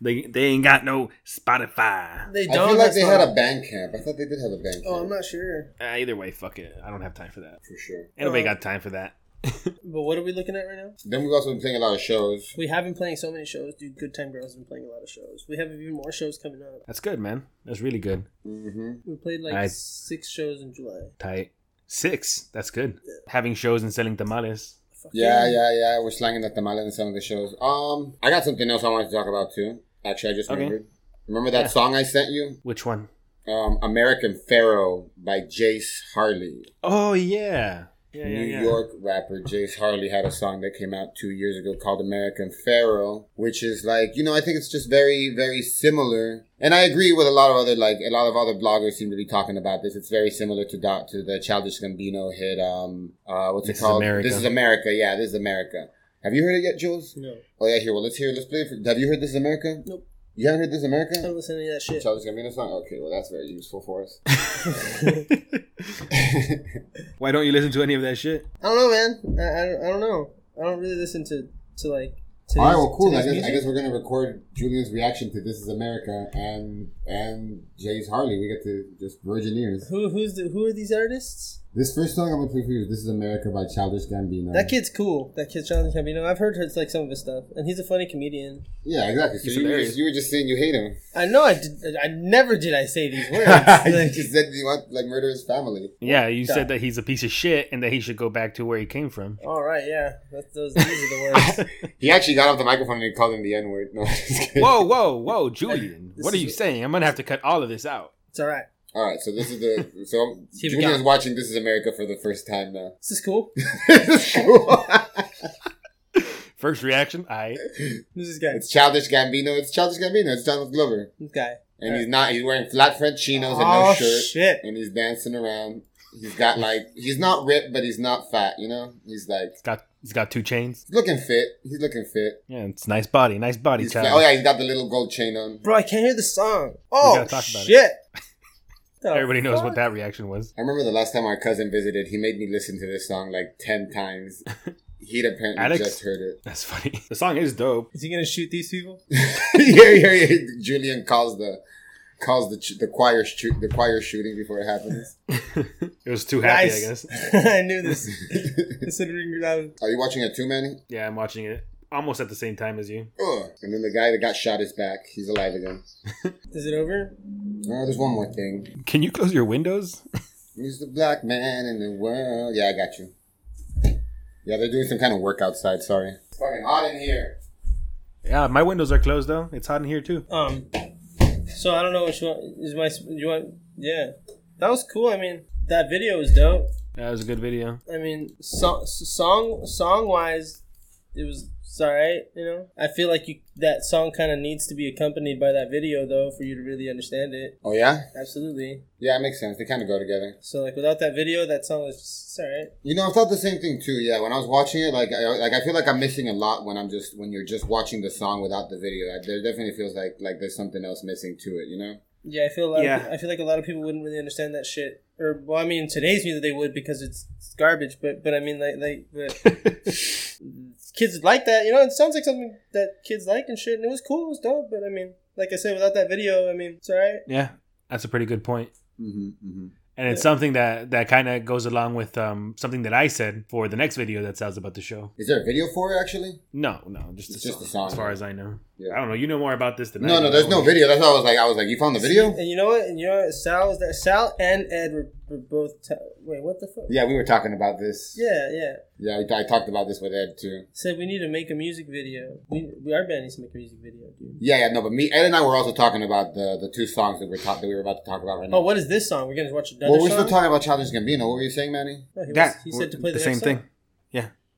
Speaker 1: they they ain't got no Spotify.
Speaker 6: They
Speaker 7: I
Speaker 6: don't.
Speaker 7: feel like
Speaker 6: that's
Speaker 7: they
Speaker 6: not-
Speaker 7: had a band camp. I thought they did have a band camp.
Speaker 6: Oh, I'm not sure.
Speaker 1: Uh, either way, fuck it. I don't have time for that.
Speaker 7: for sure.
Speaker 1: Anybody
Speaker 6: Uh,
Speaker 1: got time for that?
Speaker 6: But what are we looking at right now?
Speaker 7: Then we've also been playing a lot of shows.
Speaker 6: We have been playing so many shows, dude. Good Time Girls has been playing a lot of shows. We have even more shows coming up.
Speaker 1: That's good, man. That's really good.
Speaker 7: Mm-hmm.
Speaker 6: We played like
Speaker 1: I-
Speaker 6: six shows in July.
Speaker 1: Tight. Six. That's good. Having shows and selling tamales.
Speaker 6: Fuck
Speaker 7: Yeah, yeah, yeah. We're slanging that tamale in some of the shows. Um, I got something else I wanted to talk about too. Actually, I just
Speaker 1: Okay.
Speaker 7: remembered. Remember that song I sent you?
Speaker 1: Which one?
Speaker 7: Um, American Pharaoh by Jace Harley.
Speaker 1: Oh yeah. Yeah,
Speaker 7: New York rapper Jace Harley had a song that came out two years ago called American Pharaoh, which is like, you know, I think it's just very, very similar. And I agree with a lot of other, like, a lot of other bloggers seem to be talking about this. It's very similar to Doc, to the Childish Gambino hit, um, uh, what's
Speaker 1: This
Speaker 7: it
Speaker 1: is
Speaker 7: called?
Speaker 1: America.
Speaker 7: This is America. Yeah, this is America. Have you heard it yet, Jules?
Speaker 6: No.
Speaker 7: Oh, yeah, here, well, let's hear, let's play it. For, have you heard This is America?
Speaker 6: Nope.
Speaker 7: You haven't heard This
Speaker 6: I
Speaker 7: America?
Speaker 6: don't listen to any of that shit.
Speaker 7: Childish Gambino song? Okay, well, that's very useful for us.
Speaker 1: Why don't you listen to any of that shit?
Speaker 6: I don't know, man. I, I, don't, I don't know. I don't really listen to to like. To
Speaker 7: All right, well, cool.
Speaker 6: to
Speaker 7: I
Speaker 6: his
Speaker 7: guess, I
Speaker 6: music.
Speaker 7: guess we're going to record Julian's reaction to This is America and and Jay's Harley. We get to just virgin ears.
Speaker 6: Who who's the, who are these artists?
Speaker 7: This first song I'm going to play for you is This is America by Childish Gambino.
Speaker 6: That kid's cool. That kid, Jonathan Cambino. I've heard it's like some of his stuff, and he's a funny comedian.
Speaker 7: yeah, exactly. So
Speaker 1: He's
Speaker 7: you were,
Speaker 1: hilarious.
Speaker 7: just, you were just saying you hate him.
Speaker 6: I know. I did, I never did. I say these words.
Speaker 7: you
Speaker 6: Like,
Speaker 7: just said you want like murder his family.
Speaker 1: Yeah, you
Speaker 6: Yeah.
Speaker 1: said that he's a piece of shit and that he should go back to where he came from.
Speaker 6: all right, yeah. That's, those these are the words.
Speaker 7: He actually got off the microphone and he called him the N word. No, I'm just kidding.
Speaker 1: Whoa, whoa, whoa, Julian.
Speaker 6: This
Speaker 1: What are
Speaker 6: is-
Speaker 1: you saying? I'm going to have to cut all of this out.
Speaker 6: It's all right.
Speaker 7: All right, so this is the so I'm-
Speaker 6: See if we
Speaker 7: Julian's
Speaker 6: got-
Speaker 7: watching This is America for the first time now.
Speaker 6: This is cool.
Speaker 7: This is cool.
Speaker 1: First reaction, I.
Speaker 6: Who's this guy?
Speaker 7: it's Childish Gambino. It's Childish Gambino. It's Donald Glover,
Speaker 6: This guy.
Speaker 7: and he's not. He's wearing flat French chinos and
Speaker 6: Oh
Speaker 7: no shirt.
Speaker 6: shit!
Speaker 7: and he's dancing around. He's got like he's not ripped, but he's not fat. You know, he's like
Speaker 1: He's got, he's got two chains.
Speaker 7: he's looking fit. He's looking fit.
Speaker 1: Yeah, it's nice body. Nice body,
Speaker 7: He's
Speaker 1: child.
Speaker 7: fat. Oh yeah, he's got the little gold chain on.
Speaker 6: Bro, I can't hear the song. Oh
Speaker 1: gotta talk about it.
Speaker 6: shit! The
Speaker 1: Everybody knows what
Speaker 6: fuck?
Speaker 1: that reaction was.
Speaker 7: I remember the last time our cousin visited, he made me listen to this song like ten times. He'd apparently
Speaker 1: Alex?
Speaker 7: just heard it.
Speaker 1: That's funny. The song is dope.
Speaker 6: Is he gonna shoot these people?
Speaker 7: yeah, yeah, yeah. Julian calls the calls the ch- the choir sh- the choir shooting before it happens.
Speaker 1: It was too happy,
Speaker 6: Nice.
Speaker 1: I guess.
Speaker 6: I knew this. this would ring loud.
Speaker 7: Are you watching it too, Manny?
Speaker 1: Yeah, I'm watching it almost at the same time as you.
Speaker 7: Ugh. And then the guy that got shot is back. He's alive again.
Speaker 6: Is it over?
Speaker 7: Oh, there's one more thing.
Speaker 1: Can you close your windows?
Speaker 7: He's the black man in the world. Yeah, I got you. Yeah, they're doing some kind of work outside. Sorry. It's fucking hot in here.
Speaker 1: Yeah, my windows are closed though. It's hot in here too.
Speaker 6: Um. So I don't know what you want. Is my you want? Yeah, that was cool. I mean, that video was dope.
Speaker 1: That was a good video.
Speaker 6: I mean, so, song song wise, it was it's all right. You know, I feel like you that song kind of needs to be accompanied by that video though for you to really understand it.
Speaker 7: Oh yeah,
Speaker 6: Absolutely.
Speaker 7: yeah, it makes sense. They kind of go together.
Speaker 6: So like without that video, that song is just, it's all right.
Speaker 7: You know, I thought the same thing too. Yeah, when I was watching it, like, I, like I feel like I'm missing a lot when I'm just when you're just watching the song without the video. Like, there definitely feels like like there's something else missing to it. You know.
Speaker 6: Yeah, I feel a lot.
Speaker 1: Yeah.
Speaker 6: Of, I feel like a lot of people wouldn't really understand that shit. Or well, I mean, today's music they would because it's, it's garbage. But but I mean, like like but kids like that. You know, it sounds like something that kids like and shit. And it was cool. It was dope. But I mean, like I said, without that video, I mean, it's all right.
Speaker 1: Yeah, that's a pretty good point.
Speaker 7: Mm-hmm, mm-hmm.
Speaker 1: And it's something that that kind of goes along with um, something that I said for the next video that sounds about the show.
Speaker 7: Is there a video for it actually?
Speaker 1: No, no, just,
Speaker 7: It's
Speaker 1: a,
Speaker 7: just
Speaker 1: song,
Speaker 7: a song.
Speaker 1: As far as I know,
Speaker 7: Yeah.
Speaker 1: I don't know. You know more about this than I.
Speaker 7: No,
Speaker 1: do.
Speaker 7: no, there's no video. That's why I was like, I was like, you found the video?
Speaker 6: And you know what? And you know what? Sal was there. Sal and Ed were, were both. T- Wait, what the fuck?
Speaker 7: Yeah, we were talking about this.
Speaker 6: Yeah, yeah.
Speaker 7: Yeah, I, I talked about this with Ed too.
Speaker 6: Said we need to make a music video. We, we our band needs to make a music video, dude.
Speaker 7: Yeah, yeah, no, but me, Ed and I were also talking about the the two songs that we're talk- that we were about to talk about right now.
Speaker 6: Oh, what is this song? We're gonna watch another
Speaker 7: well, we're
Speaker 6: song.
Speaker 7: still talking about Childish Gambino. What were you saying, Manny?
Speaker 6: No, he,
Speaker 1: That
Speaker 6: was- he said to play
Speaker 1: the,
Speaker 6: the,
Speaker 1: same
Speaker 6: next
Speaker 1: thing.
Speaker 6: song.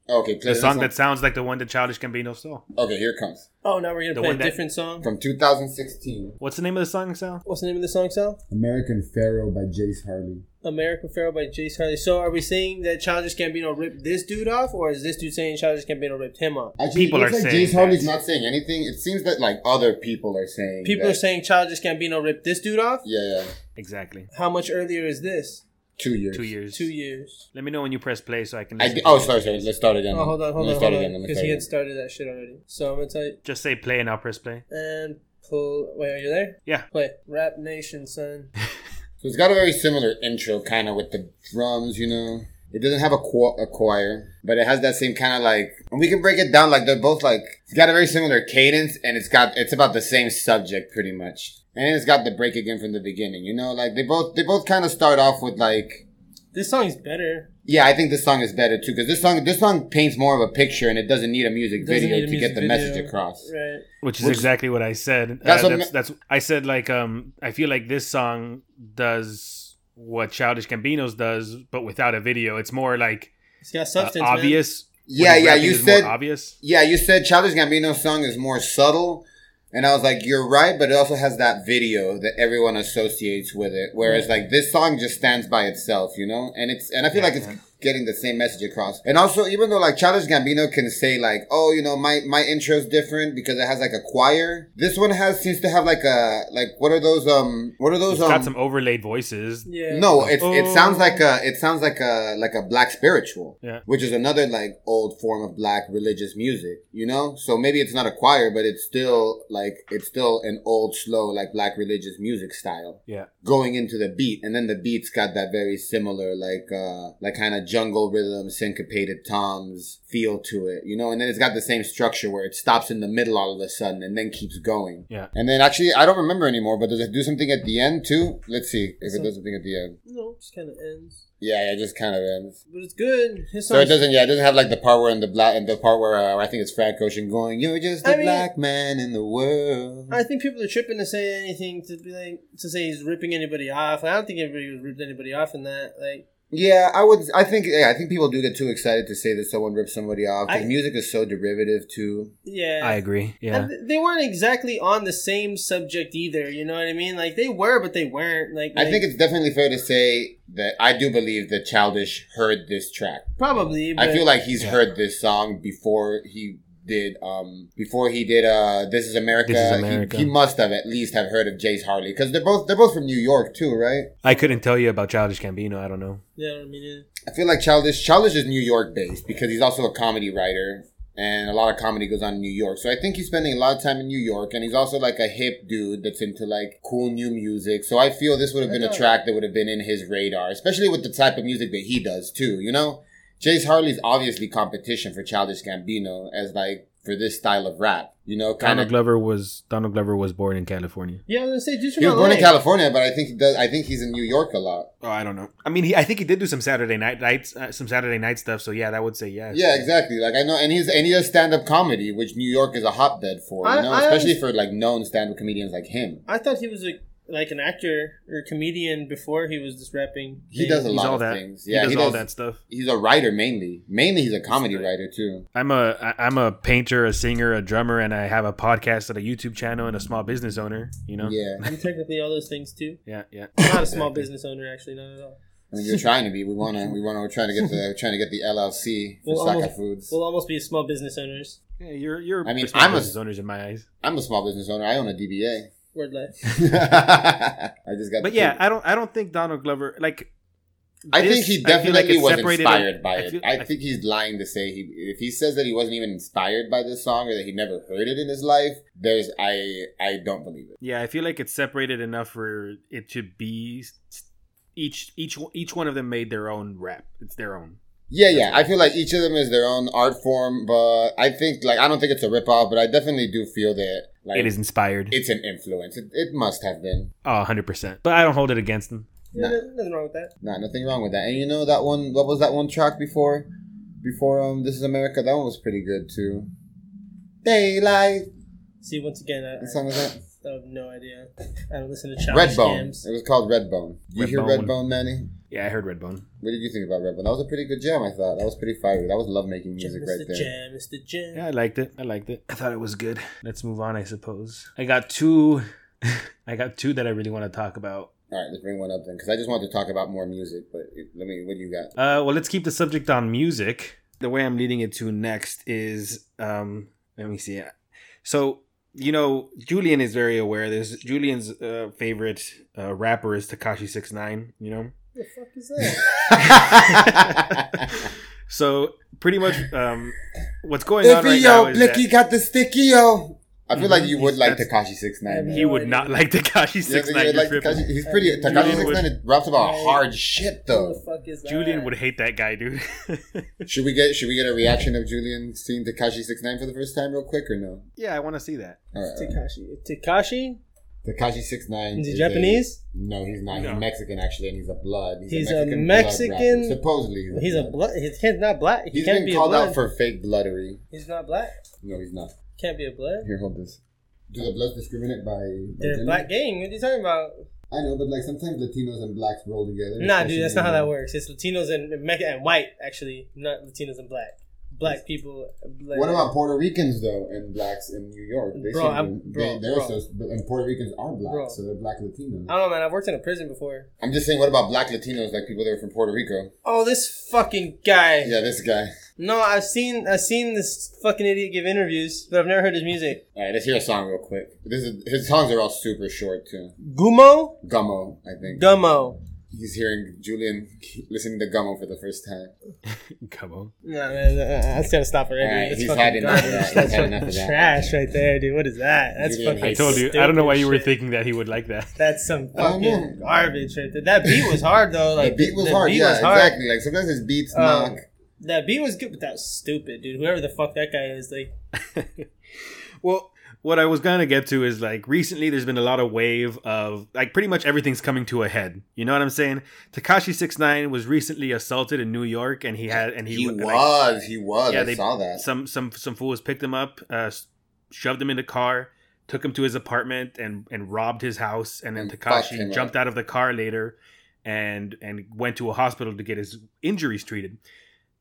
Speaker 7: Oh, okay, play
Speaker 1: The song
Speaker 7: next
Speaker 1: that sounds like the one that Childish Gambino stole.
Speaker 7: okay, here it comes
Speaker 6: Oh, now we're gonna
Speaker 1: The
Speaker 6: play a
Speaker 1: one that-
Speaker 6: different song.
Speaker 7: from 2016.
Speaker 1: What's the name of the song, Sal?
Speaker 6: What's the name of the song, Sal?
Speaker 7: American Pharaoh by Jace Harley.
Speaker 6: American Pharaoh by Jace Harley. So, are we saying that Childish Gambino ripped this dude off, or is this dude saying Childish Gambino ripped him off?
Speaker 7: Actually,
Speaker 1: People
Speaker 7: people it
Speaker 1: are
Speaker 7: looks like
Speaker 1: saying
Speaker 7: Jace Harley's
Speaker 1: that.
Speaker 7: not saying anything. It seems that like other people are saying.
Speaker 6: People
Speaker 7: that-
Speaker 6: are saying Childish Gambino ripped this dude off.
Speaker 7: Yeah, yeah.
Speaker 1: Exactly.
Speaker 6: How much earlier is this?
Speaker 7: Two years.
Speaker 1: Two years.
Speaker 6: Two years.
Speaker 1: Let me know when you press play so I can.
Speaker 7: I
Speaker 1: listen
Speaker 7: d-
Speaker 1: to
Speaker 7: oh,
Speaker 1: it.
Speaker 7: sorry, sorry. Let's start again.
Speaker 6: Oh, hold on, hold
Speaker 7: Let's
Speaker 6: on,
Speaker 7: start
Speaker 6: hold
Speaker 7: again.
Speaker 6: on,
Speaker 7: Let's
Speaker 6: because
Speaker 7: start
Speaker 6: he had
Speaker 7: again.
Speaker 6: started that shit already. So I'm gonna tell you
Speaker 1: Just say play and I'll press play.
Speaker 6: and pull. Wait, are you there?
Speaker 1: Yeah.
Speaker 6: Play Rap Nation, son.
Speaker 7: So it's got a very similar intro, kind of with the drums, you know. It doesn't have a, qu- a choir, but it has that same kind of like. And we can break it down like they're both like. It's got a very similar cadence, and it's got it's about the same subject pretty much. And it's got the break again from the beginning, you know. Like they both they both kind of start off with like.
Speaker 6: This song's better.
Speaker 7: Yeah, I think this song is better too because this song this song paints more of a picture, and it doesn't need a music
Speaker 6: Doesn't
Speaker 7: video
Speaker 6: need a
Speaker 7: to
Speaker 6: music
Speaker 7: get the
Speaker 6: video.
Speaker 7: message across.
Speaker 6: Right.
Speaker 1: which is
Speaker 7: Which-
Speaker 1: exactly what I said. Uh,
Speaker 7: That's
Speaker 1: That's,
Speaker 7: what
Speaker 1: that's, I said. Like, um, I feel like this song does what Childish Gambino's does, but without a video. It's more like
Speaker 6: It's got
Speaker 1: uh,
Speaker 6: substance. man.
Speaker 1: obvious.
Speaker 7: Yeah,
Speaker 1: His
Speaker 7: yeah.
Speaker 1: rapping
Speaker 7: You
Speaker 1: is more
Speaker 7: said
Speaker 1: obvious.
Speaker 7: Yeah, you said Childish Gambino's song is more subtle, and I was like, you're right, but it also has that video that everyone associates with it. Whereas like this song just stands by itself, you know, and it's and I feel like it's getting the same message across. And also, even though like Childish Gambino can say like, "Oh, you know, my my intro's different because it has like a choir." This one has seems to have like a like what are those um what are those
Speaker 1: It's
Speaker 7: um
Speaker 1: got some overlaid voices.
Speaker 6: Yeah.
Speaker 7: no, it, it
Speaker 1: Oh.
Speaker 7: sounds like a it sounds like a like a black spiritual,
Speaker 1: Yeah.
Speaker 7: which is another like old form of black religious music, you know. So maybe it's not a choir, but it's still like it's still an old slow like black religious music style.
Speaker 1: Yeah.
Speaker 7: going into the beat, and then the beat's got that very similar like uh like kind of jungle rhythm, syncopated toms feel to it, you know. And then it's got the same structure where it stops in the middle all of a sudden and then keeps going.
Speaker 1: Yeah.
Speaker 7: And then actually, I don't remember anymore, but does it do something at the end too? Let's see if it does something at the end.
Speaker 6: No, it just kind of ends.
Speaker 7: Yeah, yeah, it just kind of ends.
Speaker 6: But it's good. His
Speaker 7: So it
Speaker 6: songs-
Speaker 7: doesn't, yeah, it doesn't have like the part where in the black, and the part where uh, I think it's Frank Ocean going, "You're just the
Speaker 6: I mean-
Speaker 7: black man in the world."
Speaker 6: I think people are tripping to say anything to be like to say he's ripping anybody off. I don't think anybody was ripped anybody off in that. Like
Speaker 7: yeah, I would. I think. Yeah, I think people do get too excited to say that someone ripped somebody off. 'cause
Speaker 6: I-
Speaker 7: music is so derivative too.
Speaker 6: yeah.
Speaker 8: I agree. Yeah.
Speaker 6: And th- they weren't exactly on the same subject either, you know what I mean? Like they were but they weren't. Like,
Speaker 7: I think it's definitely fair to say that I do believe that Childish heard this track.
Speaker 6: probably but
Speaker 7: I feel like he's heard this song before he did um before he did uh this is america,
Speaker 8: This is
Speaker 7: He-
Speaker 8: America.
Speaker 7: He, must have at least have heard of jace harley because they're both they're both from new york too right
Speaker 1: I couldn't tell you about Childish Gambino. I don't know.
Speaker 6: Yeah, I mean
Speaker 7: I feel like Childish Childish is New York based because he's also a comedy writer and a lot of comedy goes on in New York. So I think he's spending a lot of time in New York and he's also like a hip dude that's into like cool new music. So I feel this would have been a track that would have been in his radar, especially with the type of music that he does too, you know? Jace Harley's obviously competition for Childish Gambino as like for this style of rap, you know, kind
Speaker 1: Donald
Speaker 7: of
Speaker 1: Glover was Donald Glover was born in California.
Speaker 6: yeah, I was gonna say dude's from
Speaker 7: He was born in
Speaker 6: LA.
Speaker 7: California, but I think he does I think he's in New York a lot.
Speaker 1: Oh, I don't know. I mean, he, I think he did do some Saturday night nights, uh, some Saturday night stuff. So yeah, that would say yes.
Speaker 7: Yeah, exactly. Like I know, and he's and he does stand up comedy, which New York is a hotbed for. You
Speaker 6: I-
Speaker 7: know,
Speaker 6: I
Speaker 7: especially for
Speaker 6: always-
Speaker 7: like known stand up comedians like him.
Speaker 6: I thought he was a like an actor or a comedian before he was this rapping.
Speaker 7: He does a
Speaker 1: He's
Speaker 7: lot
Speaker 1: all
Speaker 7: of
Speaker 1: that.
Speaker 7: things.
Speaker 1: he does all that stuff.
Speaker 7: He's a writer mainly. Mainly, he's a comedy writer too.
Speaker 1: I'm a I- I'm a painter, a singer, a drummer, and I have a podcast and a YouTube channel and a small business owner. You know.
Speaker 7: Yeah,
Speaker 6: I'm technically all those things too.
Speaker 1: Yeah. Yeah.
Speaker 6: I'm not a small business owner actually, not at all.
Speaker 7: I mean, you're trying to be. We wanna. We wanna. We're trying to get the. We're trying to get the LLC for
Speaker 6: Well,
Speaker 7: Saka
Speaker 6: almost-
Speaker 7: Foods.
Speaker 6: We'll almost be small business owners.
Speaker 1: Yeah, you're you're.
Speaker 7: I mean,
Speaker 1: a small
Speaker 7: I'm a-
Speaker 1: business owners in my eyes.
Speaker 7: I'm a small business owner. I own a DBA.
Speaker 6: Word life.
Speaker 7: I just got.
Speaker 1: But
Speaker 7: the-
Speaker 1: yeah, I don't I don't think Donald Glover like.
Speaker 7: I
Speaker 1: this,
Speaker 7: think he
Speaker 1: I feel like
Speaker 7: definitely
Speaker 1: it's
Speaker 7: was
Speaker 1: separated-
Speaker 7: inspired by it.
Speaker 1: feel-
Speaker 7: I, think he's lying to say he if he says that he wasn't even inspired by this song or that he never heard it in his life. There's I I don't believe it.
Speaker 1: Yeah, I feel like it's separated enough for it to be each each each one of them made their own rap. It's their own.
Speaker 7: Yeah, yeah. I feel like each of them is their own art form, but I think like I don't think it's a rip off, but I definitely do feel that like
Speaker 1: it is inspired.
Speaker 7: It's an influence. It, it must have been.
Speaker 1: Oh, 100%. But I don't hold it against them.
Speaker 6: Yeah,
Speaker 7: Nah.
Speaker 6: Nothing wrong with that.
Speaker 7: Nah, nothing wrong with that. And you know that one. What was that one track before? Before um, this is America. That one was pretty good too. Daylight.
Speaker 6: See, once again, I,
Speaker 7: What song is that?
Speaker 6: I have no idea. I don't listen to Childish
Speaker 7: Redbone.
Speaker 6: Gambs.
Speaker 7: It was called Redbone. You hear
Speaker 1: Redbone.
Speaker 7: Redbone, Manny?
Speaker 1: Yeah, I heard Redbone.
Speaker 7: What did you think about Redbone? That was a pretty good jam, I thought. That was pretty fiery. That was love making music
Speaker 6: Mr.
Speaker 7: right there.
Speaker 6: Jam, Mr. Jam.
Speaker 1: Yeah, I liked it. I liked it. I thought it was good. Let's move on, I suppose. I got two I got two that I really want to talk about.
Speaker 7: All right, let's bring one up then, because I just wanted to talk about more music. But it, let me, what do you got?
Speaker 1: Uh well, let's keep the subject on music. The way I'm leading it to next is um let me see. So, you know, Julian is very aware of this. Julian's uh, favorite uh, rapper is Takashi 69, you know?
Speaker 6: What the fuck is that?
Speaker 1: so, pretty much um what's going on right now
Speaker 7: Iffy-yo,
Speaker 1: is that-
Speaker 7: Blicky got the sticky-yo. I feel like you
Speaker 6: Mm-hmm.
Speaker 7: would like
Speaker 1: That's-
Speaker 7: Takashi Six Nine.
Speaker 6: Yeah,
Speaker 1: He would not like Takashi Six Nine.
Speaker 7: He's pretty.
Speaker 6: Julian
Speaker 7: Takashi Six
Speaker 1: would-
Speaker 7: Nine raps about
Speaker 6: Right.
Speaker 7: hard shit
Speaker 6: What the
Speaker 7: though.
Speaker 6: fuck is that?
Speaker 1: Julian would hate that guy, dude.
Speaker 7: Should we get Should we get a reaction of Julian seeing Takashi Six Nine for the first time, real quick, or no?
Speaker 1: yeah, I want to see that.
Speaker 7: All right.
Speaker 6: Takashi. Takashi?
Speaker 7: Takashi Six Nine.
Speaker 6: Is he Japanese?
Speaker 7: no, he's not.
Speaker 1: No.
Speaker 7: He's Mexican actually, and he's a blood.
Speaker 6: He's a
Speaker 7: blood
Speaker 6: Mexican-
Speaker 7: rapper. Supposedly,
Speaker 6: He's a blood. His kid's not black. He
Speaker 7: He's
Speaker 6: can't
Speaker 7: been
Speaker 6: be a
Speaker 7: called
Speaker 6: blood.
Speaker 7: out for fake bloodary.
Speaker 6: He's not black.
Speaker 7: No, he's not.
Speaker 6: Can't be a blood.
Speaker 7: Here, hold this. Do the bloods discriminate by? by
Speaker 6: They're a
Speaker 7: gender?
Speaker 6: black gang. What are you talking about?
Speaker 7: I know, but like sometimes Latinos and blacks roll together.
Speaker 6: Nah, dude, that's not how that
Speaker 7: works.
Speaker 6: works. It's Latinos and Mexican and white, actually, not Latinos and black. black people. Like,
Speaker 7: What about Puerto Ricans though and blacks in New York? They
Speaker 6: Bro,
Speaker 7: should
Speaker 6: I'm-
Speaker 7: be-
Speaker 6: bro,
Speaker 7: they, they're
Speaker 6: bro.
Speaker 7: so- and Puerto Ricans are black,
Speaker 6: Bro.
Speaker 7: so they're black Latinos.
Speaker 6: I don't know, man. I've worked in a prison before.
Speaker 7: I'm just saying, what about black Latinos, like people that are from Puerto Rico?
Speaker 6: Oh, this fucking guy.
Speaker 7: Yeah, this guy.
Speaker 6: No, I've seen I've seen this fucking idiot give interviews, but I've never heard his music.
Speaker 7: All right, let's hear a song real quick. This is his songs are all super short too.
Speaker 6: Gummo,
Speaker 7: Gummo, I think.
Speaker 6: Gummo.
Speaker 7: He's hearing Julian listening to Gummo for the first time.
Speaker 1: Come on.
Speaker 6: Nah, man, I- I- that's gotta stop already.
Speaker 7: All right,
Speaker 6: that's
Speaker 7: he's
Speaker 6: fucking
Speaker 7: had enough of
Speaker 6: garbage.
Speaker 7: that. He's
Speaker 6: That's
Speaker 7: had
Speaker 6: fucking
Speaker 7: enough of that.
Speaker 6: trash right there, dude. What is that? That's
Speaker 7: Julian
Speaker 6: fucking.
Speaker 1: I
Speaker 7: It's
Speaker 1: told you. I don't know why you were
Speaker 6: stupid shit.
Speaker 1: thinking that he would like that.
Speaker 6: That's some
Speaker 7: I don't
Speaker 6: fucking
Speaker 7: know.
Speaker 6: garbage right there. That beat was hard though. Like
Speaker 7: Oh, the beat was hard.
Speaker 6: beat
Speaker 7: yeah,
Speaker 6: was hard.
Speaker 7: exactly. Like sometimes his beats
Speaker 6: Um,
Speaker 7: knock.
Speaker 6: That beat was good, but that was stupid, dude. Whoever the fuck that guy is, like,
Speaker 1: Well, what I was gonna get to is like recently there's been a lot of wave of like pretty much everything's coming to a head. You know what I'm saying? Takashi 69 was recently assaulted in New York and he had and he,
Speaker 7: He,
Speaker 1: like,
Speaker 7: was. he was.
Speaker 1: Yeah,
Speaker 7: I
Speaker 1: they-
Speaker 7: saw that.
Speaker 1: some some some fools picked him up, uh, s- shoved him in the car, took him to his apartment and and robbed his house and then
Speaker 7: And fucked him
Speaker 1: Takashi
Speaker 7: up.
Speaker 1: jumped out of the car later and and went to a hospital to get his injuries treated.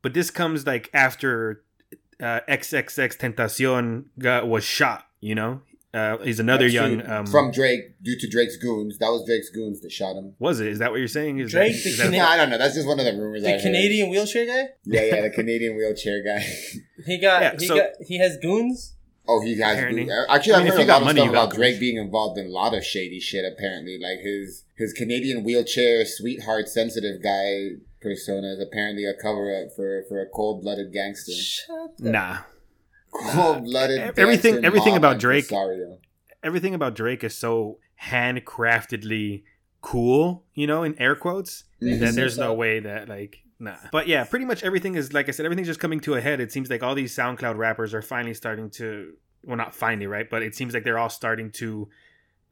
Speaker 1: But this comes like after uh, XXX Tentacion got, was shot, you know? Uh, he's another
Speaker 7: That's
Speaker 1: young
Speaker 7: true.
Speaker 1: um,
Speaker 7: from Drake due to Drake's goons. That was Drake's goons that shot him.
Speaker 1: was it? Is that what you're saying? Is
Speaker 6: Drake,
Speaker 1: that,
Speaker 6: the
Speaker 1: is
Speaker 6: Cana-
Speaker 1: that,
Speaker 7: No, I don't know. That's just one of the rumors. I
Speaker 6: the
Speaker 7: heard.
Speaker 6: Canadian wheelchair guy.
Speaker 7: Yeah, yeah, the Canadian wheelchair guy.
Speaker 6: He got,
Speaker 1: Yeah,
Speaker 6: he
Speaker 1: so-
Speaker 6: got, he has goons.
Speaker 7: Oh, he has.
Speaker 1: Apparently.
Speaker 7: Actually,
Speaker 1: I
Speaker 7: I
Speaker 1: mean, if
Speaker 7: have heard
Speaker 1: you
Speaker 7: a
Speaker 1: got
Speaker 7: lot of
Speaker 1: money,
Speaker 7: stuff
Speaker 1: you got
Speaker 7: about Drake being involved in a lot of shady shit. Apparently, like his his Canadian wheelchair sweetheart sensitive guy persona is apparently a cover up for for a cold blooded gangster.
Speaker 1: nah.
Speaker 7: Cold blooded.
Speaker 1: Ev- everything- everything about Drake-
Speaker 7: Sorry, though.
Speaker 1: everything about Drake is so handcraftedly cool, you know, in air quotes, that there's no way that like nah. But yeah, pretty much everything is like I said, everything's just coming to a head. It seems like all these SoundCloud rappers are finally starting to well not finally, right? But it seems like they're all starting to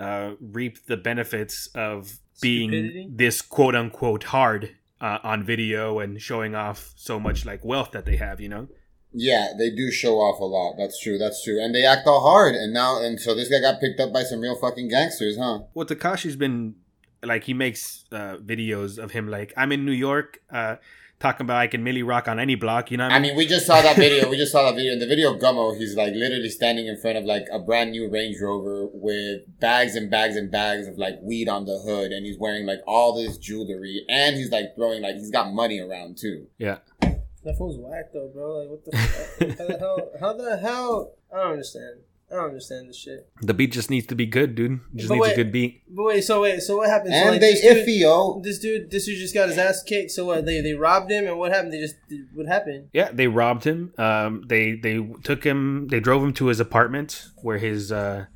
Speaker 1: uh, reap the benefits of being
Speaker 6: Stupidity?
Speaker 1: this quote unquote hard uh, on video and showing off so much like wealth that they have, you know?
Speaker 7: Yeah, they do show off a lot. That's true. That's true. And they act all hard. And now, and so this guy got picked up by some real fucking gangsters, huh?
Speaker 1: well takashi's been like he makes uh videos of him like i'm in new york uh talking about i can millie rock on any block you know what
Speaker 7: I mean, we just saw that video. We just saw that video. In the video of Gummo, he's like literally standing in front of like a brand new Range Rover with bags and bags and bags of like weed on the hood, and he's wearing like all this jewelry, and he's like throwing like he's got money around too.
Speaker 1: yeah
Speaker 6: That fool's whack though, bro. Like, what the fuck? how the hell? How the hell? I don't understand. I don't understand this shit.
Speaker 1: the beat just needs to be good dude It just
Speaker 6: But
Speaker 1: needs
Speaker 6: wait-
Speaker 1: a good beat
Speaker 6: But wait, so wait, so what happened? so,
Speaker 7: And
Speaker 6: like,
Speaker 7: they
Speaker 6: this dude-
Speaker 7: iffy, yo.
Speaker 6: This dude, this dude just got his ass kicked. So what? They they robbed him, and what happened? They just what happened?
Speaker 1: yeah they robbed him um they they took him they drove him to his apartment where his uh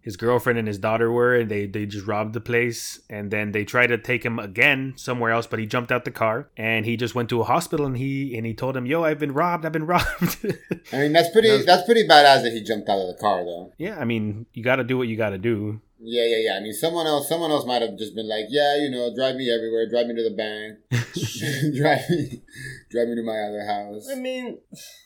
Speaker 1: his girlfriend and his daughter were and they they just robbed the place and then they tried to take him again somewhere else but he jumped out the car and he just went to a hospital and he and he told him yo i've been robbed i've been robbed
Speaker 7: I mean, that's pretty. That's, pretty badass that he jumped out of the car though.
Speaker 1: Yeah, I mean, you got to do what you got to do.
Speaker 7: Yeah, yeah, yeah. I mean, someone else, someone else might have just been like, yeah, you know, drive me everywhere, drive me to the bank, drive me, drive me to my other house.
Speaker 6: I mean,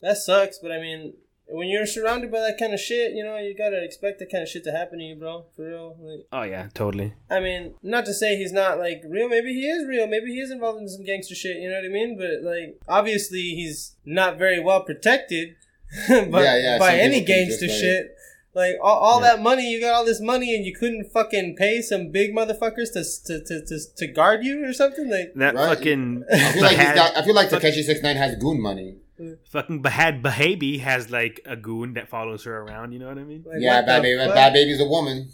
Speaker 6: that sucks. But I mean, when you're surrounded by that kind of shit, you know, you gotta expect that kind of shit to happen to you, bro. For real. Like,
Speaker 1: Oh yeah, totally.
Speaker 6: I mean, not to say he's not like real. Maybe he is real. Maybe he is involved in some gangster shit. You know what I mean? But like, obviously, he's not very well protected by,
Speaker 7: Yeah, yeah,
Speaker 6: by
Speaker 7: some
Speaker 6: any
Speaker 7: people think
Speaker 6: gangster
Speaker 7: just, like-
Speaker 6: shit. Like all, all that money, you got all this money, and you couldn't fucking pay some big motherfuckers to to, to, to, to guard you or something. Like
Speaker 1: That
Speaker 7: Right.
Speaker 1: fucking
Speaker 7: I feel like he's
Speaker 1: Bahad,
Speaker 7: got, I feel like Takeshi Six Nine has goon money.
Speaker 1: fucking Bahad Bahabi has like a goon that follows her around. You know what I mean?
Speaker 6: like,
Speaker 7: yeah,
Speaker 6: what
Speaker 7: bad
Speaker 6: the
Speaker 7: baby,
Speaker 6: fuck?
Speaker 7: bad baby's a woman.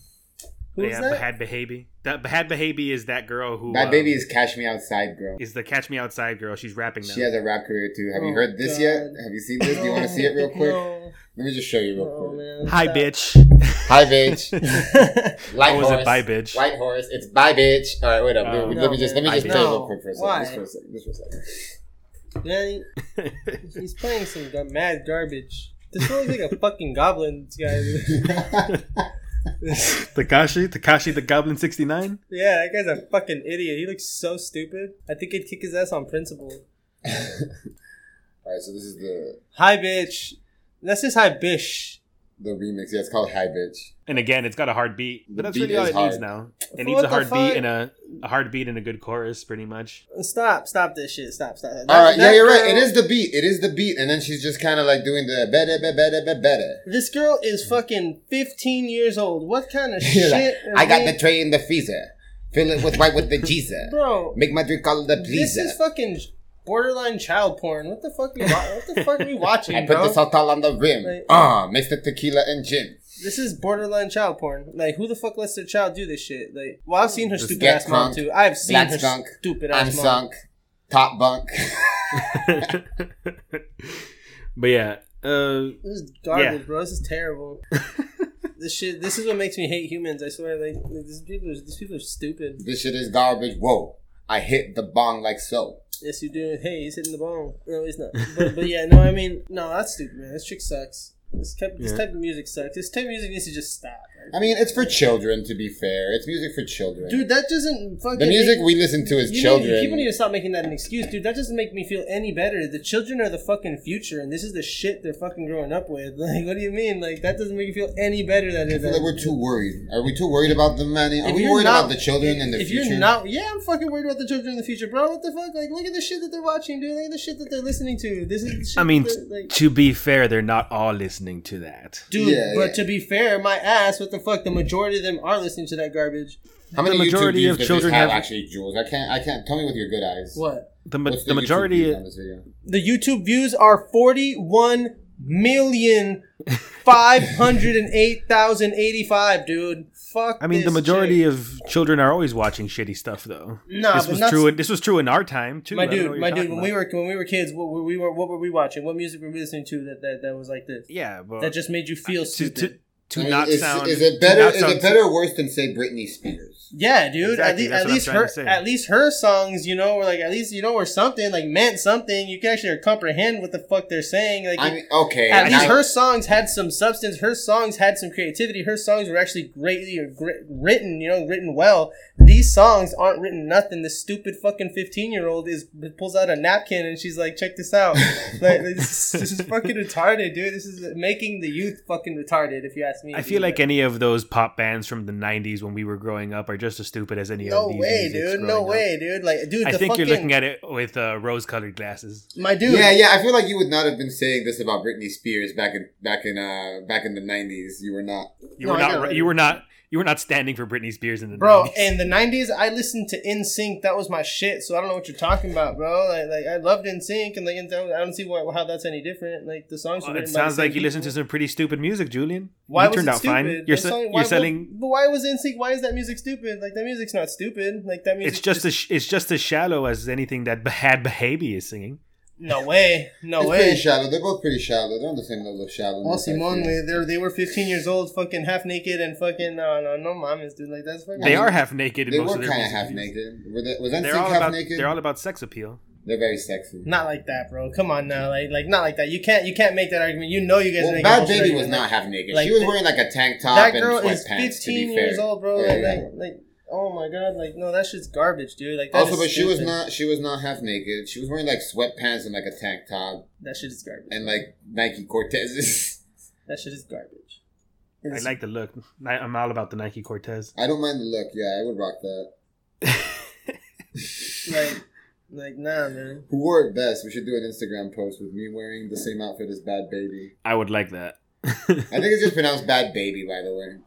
Speaker 6: Who's
Speaker 1: yeah,
Speaker 6: that?
Speaker 1: Bahad Bahabi. That Bahad Bahabi is that girl who
Speaker 7: Bad
Speaker 1: um,
Speaker 7: baby is Cash Me Outside girl.
Speaker 1: is the Catch Me Outside girl. She's rapping now.
Speaker 7: She has a rap career too. Have you
Speaker 6: Oh,
Speaker 7: heard this
Speaker 6: God.
Speaker 7: yet? Have you seen this? Do you want to see it real quick?
Speaker 6: No,
Speaker 7: Let me just show you real
Speaker 6: no,
Speaker 7: quick.
Speaker 6: man.
Speaker 1: Hi,
Speaker 6: Stop.
Speaker 1: bitch.
Speaker 7: Hi, bitch. Light
Speaker 1: Oh, is it
Speaker 7: horse.
Speaker 1: bye, bitch?
Speaker 7: White horse. It's bye, bitch. All right, wait up.
Speaker 1: Oh.
Speaker 7: let
Speaker 6: No,
Speaker 7: me just let me
Speaker 1: man.
Speaker 7: just
Speaker 1: Bye,
Speaker 7: play
Speaker 6: bitch.
Speaker 7: real quick for a
Speaker 6: Why?
Speaker 7: second. Just for a second. Just for a second.
Speaker 6: Man, he- he's playing some gar- mad garbage. This one looks like a fucking goblin guy.
Speaker 1: Takashi, Takashi the Goblin sixty nine.
Speaker 6: Yeah, that guy's a fucking idiot. He looks so stupid. I think he'd kick his ass on principle.
Speaker 7: All right, so this is the
Speaker 6: Hi, bitch. That's just hi, bish.
Speaker 7: The remix, yeah, it's called High Bitch.
Speaker 1: And again, it's got a hard beat, but
Speaker 7: The
Speaker 1: that's
Speaker 7: beat
Speaker 1: really all
Speaker 7: is
Speaker 1: it needs
Speaker 7: hard.
Speaker 1: now. It
Speaker 6: What
Speaker 1: needs a
Speaker 6: the
Speaker 1: hard
Speaker 6: fuck?
Speaker 1: beat and a, a hard beat and a good chorus, pretty much.
Speaker 6: Stop, stop this shit. Stop, stop.
Speaker 7: All right, yeah, you're right. It is the beat. It is the beat, and then she's just kind of like doing the better, better, better, better.
Speaker 6: This girl is fucking 15 years old. What kind of
Speaker 7: You're
Speaker 6: shit?
Speaker 7: like,
Speaker 6: are
Speaker 7: I got
Speaker 6: we-
Speaker 7: the tray in the freezer. Fill it with white with the Jesus.
Speaker 6: Bro,
Speaker 7: Make my drink all the
Speaker 6: this
Speaker 7: pleaser.
Speaker 6: is fucking borderline child porn. What the fuck? You wa- what the fuck are you watching,
Speaker 7: I put
Speaker 6: bro?
Speaker 7: the salt all on the rim.
Speaker 6: Right.
Speaker 7: Ah, mix the tequila and gin.
Speaker 6: This is borderline child porn. Like, who the fuck lets their child do this shit? Like, well, I've seen her
Speaker 7: Just
Speaker 6: stupid
Speaker 7: get
Speaker 6: ass mom
Speaker 7: crunk,
Speaker 6: too. I've seen
Speaker 7: black
Speaker 6: her
Speaker 7: skunk,
Speaker 6: stupid ass
Speaker 7: I'm
Speaker 6: mom.
Speaker 7: sunk. Top bunk.
Speaker 1: but yeah, uh,
Speaker 6: This is garbage,
Speaker 1: Yeah.
Speaker 6: bro. This is terrible. this shit. This is what makes me hate humans. I swear. Like, like these people. Are, these people are stupid.
Speaker 7: this shit is garbage. Whoa. I hit the bong like so.
Speaker 6: Yes, you do. Hey, he's hitting the ball. No, he's not. But, but yeah, no. I mean, no. That's stupid, man. This chick sucks. This type, this
Speaker 1: Yeah.
Speaker 6: type of music sucks. This type of music needs to just stop.
Speaker 7: I mean, it's for children, to be fair. It's music for children.
Speaker 6: Dude, that doesn't fucking.
Speaker 7: the music
Speaker 6: make-
Speaker 7: we listen to as
Speaker 6: You
Speaker 7: children.
Speaker 6: Need, people need to stop making that an excuse, dude. That doesn't make me feel any better. The children are the fucking future, and this is the shit they're fucking growing up with. Like, what do you mean? Like, that doesn't make you feel any better. That
Speaker 7: I
Speaker 6: is.
Speaker 7: feel like we're too worried. Are we too worried about the money? Are
Speaker 6: If
Speaker 7: we
Speaker 6: you're
Speaker 7: worried
Speaker 6: not-
Speaker 7: about the children and the
Speaker 6: if
Speaker 7: future?
Speaker 6: you're not, yeah, I'm fucking worried about the children in the future, bro. What the fuck? Like, look at the shit that they're watching, dude. Look at the shit that they're listening to. This is. The shit
Speaker 1: I mean,
Speaker 6: that, like,
Speaker 1: to be fair, they're not all listening to that.
Speaker 6: dude.
Speaker 7: Yeah,
Speaker 6: but
Speaker 7: yeah.
Speaker 6: to be fair, my ass. What the fuck? The majority of them are listening to that garbage.
Speaker 7: How many
Speaker 1: The majority
Speaker 7: YouTube views
Speaker 1: of
Speaker 7: does
Speaker 1: children
Speaker 7: this have,
Speaker 1: have-
Speaker 7: actually, Jules? I can't. I can't. Tell me with your good eyes.
Speaker 6: What?
Speaker 1: The, ma-
Speaker 7: What's
Speaker 1: the
Speaker 7: YouTube
Speaker 1: majority,
Speaker 7: views on this video?
Speaker 6: The YouTube views are forty-one million five hundred and eight thousand eighty-five, dude. Fuck.
Speaker 1: I mean, the
Speaker 6: this
Speaker 1: majority
Speaker 6: chick.
Speaker 1: of children are always watching shitty stuff, though.
Speaker 6: Nah,
Speaker 1: this
Speaker 6: but
Speaker 1: was
Speaker 6: not-
Speaker 1: true. In, this was true in our time too. I
Speaker 6: My
Speaker 1: don't know what
Speaker 6: dude,
Speaker 1: you're
Speaker 6: my dude.
Speaker 1: talking
Speaker 6: When we
Speaker 1: about.
Speaker 6: were when we were kids, what were we were what were we watching? What music were we listening to that that, that was like this?
Speaker 1: yeah, but
Speaker 6: That just made you feel
Speaker 1: to,
Speaker 6: stupid.
Speaker 1: to, to
Speaker 7: I mean,
Speaker 1: not
Speaker 7: is,
Speaker 1: sound
Speaker 7: Is it
Speaker 1: to
Speaker 7: better?
Speaker 1: not
Speaker 7: Is
Speaker 1: sound-
Speaker 7: it better or worse than say Britney Spears?
Speaker 6: Yeah, dude.
Speaker 1: Exactly, that's
Speaker 6: At,
Speaker 1: what I'm
Speaker 6: least,
Speaker 1: trying to
Speaker 6: at least
Speaker 1: say.
Speaker 6: her, at least her songs, you know, were like at least you know were something like meant something. You can actually comprehend what the fuck they're saying. Like,
Speaker 7: I mean, okay.
Speaker 6: at
Speaker 7: I-
Speaker 6: least her songs had some substance. Her songs had some creativity. Her songs were actually greatly or gr- written, you know, written well. These songs aren't written nothing. This stupid fucking fifteen year old is pulls out a napkin and she's like, "Check this out." like, this, this is fucking retarded, dude. This is making the youth fucking retarded. If you ask me,
Speaker 1: I feel
Speaker 6: dude.
Speaker 1: like any of those pop bands from the '90s when we were growing up are just as stupid as any
Speaker 6: No
Speaker 1: of these.
Speaker 6: way,
Speaker 1: musics
Speaker 6: dude.
Speaker 1: growing
Speaker 6: No
Speaker 1: up.
Speaker 6: way, dude. Like, dude,
Speaker 1: I
Speaker 6: the
Speaker 1: think
Speaker 6: fucking,
Speaker 1: you're looking at it with uh, rose-colored glasses.
Speaker 6: my dude.
Speaker 7: yeah, yeah. I feel like you would not have been saying this about Britney Spears back in back in uh back in the nineties. You were not.
Speaker 1: You
Speaker 6: No,
Speaker 1: were
Speaker 6: I got
Speaker 1: not.
Speaker 6: it.
Speaker 1: You were not. You were not standing for Britney Spears in the
Speaker 6: Bro,
Speaker 1: 90s.
Speaker 6: in the '90s, I listened to NSYNC. That was my shit. So I don't know what you're talking about, bro. Like, like I loved NSYNC, and like, I don't I don't see why, how that's any different. Like, the songs. were
Speaker 1: Well, it
Speaker 6: written by the
Speaker 1: sounds
Speaker 6: same
Speaker 1: like you listened to
Speaker 6: people.
Speaker 1: some pretty stupid music, Julian.
Speaker 6: Why
Speaker 1: you
Speaker 6: was
Speaker 1: turned
Speaker 6: it
Speaker 1: out
Speaker 6: stupid?
Speaker 1: fine. You're,
Speaker 6: That
Speaker 1: se-
Speaker 6: song- why
Speaker 1: you're
Speaker 6: was-
Speaker 1: selling.
Speaker 6: But why was NSYNC? Why is that music stupid? Like that music's not stupid. Like that music.
Speaker 1: It's just as it's just as shallow as anything that had Bahabi is singing.
Speaker 6: no way, no
Speaker 7: it's pretty
Speaker 6: way.
Speaker 7: shallow. They're both pretty shallow. They're on the same level of shallow.
Speaker 6: Well, Simone, they they were 15 years old, fucking half naked, and fucking no, no, no, mamas, dude. Like that's fucking.
Speaker 1: They are half naked. In
Speaker 7: They
Speaker 1: most
Speaker 7: were
Speaker 1: of their
Speaker 7: kind of
Speaker 1: music
Speaker 7: half
Speaker 1: videos.
Speaker 7: naked. Were they, was
Speaker 1: They're
Speaker 7: NSYNC
Speaker 1: all
Speaker 7: half
Speaker 1: about
Speaker 7: naked?
Speaker 1: they're all about sex appeal.
Speaker 7: They're very sexy.
Speaker 6: Not like that, bro. Come on now, like like not like that. You can't you can't make that argument. You know you guys. are
Speaker 7: Well,
Speaker 6: making
Speaker 7: Bad
Speaker 6: bullshit
Speaker 7: Baby was
Speaker 6: argument.
Speaker 7: not half naked.
Speaker 6: like
Speaker 7: she was
Speaker 6: the-
Speaker 7: wearing like a tank top
Speaker 6: That
Speaker 7: and
Speaker 6: girl
Speaker 7: sweatpants.
Speaker 6: is
Speaker 7: to
Speaker 6: fifteen
Speaker 7: be
Speaker 6: years
Speaker 7: fair.
Speaker 6: old, bro.
Speaker 7: Yeah,
Speaker 6: like,
Speaker 7: yeah.
Speaker 6: like like oh my god, like no, that shit's garbage, dude. Like that
Speaker 7: also,
Speaker 6: is
Speaker 7: but she was
Speaker 6: stupid.
Speaker 7: not. She was not half naked. She was wearing like sweatpants and like a tank top
Speaker 6: That shit is garbage.
Speaker 7: and like Nike Cortezes.
Speaker 6: That shit is garbage.
Speaker 1: I
Speaker 6: It's-
Speaker 1: like the look. I, I'm all about the Nike Cortez.
Speaker 7: I don't mind the look. Yeah, I would rock that.
Speaker 6: like like nah, man.
Speaker 7: Who wore it best? We should do an Instagram post with me wearing the same outfit as Bad Baby.
Speaker 1: I would like that.
Speaker 7: I think it's just pronounced Bad Baby, by the way.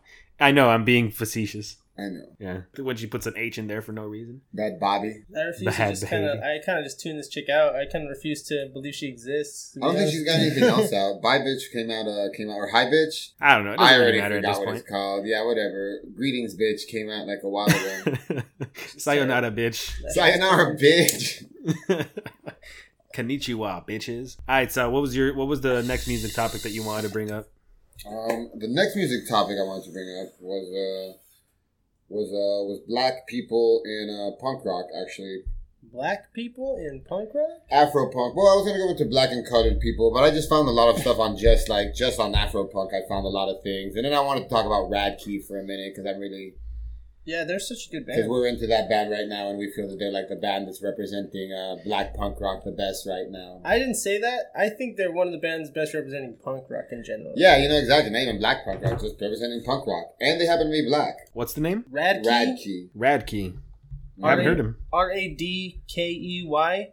Speaker 1: I know I'm being facetious.
Speaker 7: I know.
Speaker 1: Yeah, when she puts an H in there for no reason.
Speaker 7: Bad Bobby.
Speaker 6: I refuse to
Speaker 1: Bad
Speaker 6: just kind of.
Speaker 1: baby.
Speaker 6: I kind of just tune this chick out. I kind of refuse to believe she exists. to
Speaker 7: I don't
Speaker 6: be
Speaker 7: think
Speaker 6: honest.
Speaker 7: she's got anything else out. Bye bitch came out. Uh, came out or hi bitch.
Speaker 1: I don't know. It doesn't
Speaker 7: I
Speaker 1: really
Speaker 7: already
Speaker 1: matter at
Speaker 7: forgot
Speaker 1: this
Speaker 7: what
Speaker 1: point.
Speaker 7: it's called. Yeah, whatever. Greetings bitch came out like a while ago.
Speaker 1: Sayonara, bitch.
Speaker 7: Sayonara bitch.
Speaker 1: Konnichiwa, bitches. All right, so what was your what was the next music topic that you wanted to bring up?
Speaker 7: Um, the next music topic I wanted to bring up was uh, was uh, was black people in uh, punk rock actually
Speaker 6: Black people in punk rock.
Speaker 7: Afro punk. Well, I was gonna go into black and colored people, but I just found a lot of stuff on just like just on Afro punk. I found a lot of things, and then I wanted to talk about Radkey for a minute because I'm really
Speaker 6: Yeah, they're such a good
Speaker 7: Because
Speaker 6: band.
Speaker 7: we're into that band right now, and we feel that they're like the band that's representing uh, black punk rock the best right now.
Speaker 6: I didn't say that. I think they're one of the bands best representing punk rock in general.
Speaker 7: yeah, you know exactly. Not even black punk rock, just representing punk rock, and they happen to be black.
Speaker 1: What's the name?
Speaker 6: Radkey.
Speaker 7: Radkey.
Speaker 1: Radkey. I haven't heard him.
Speaker 6: R A D K E Y.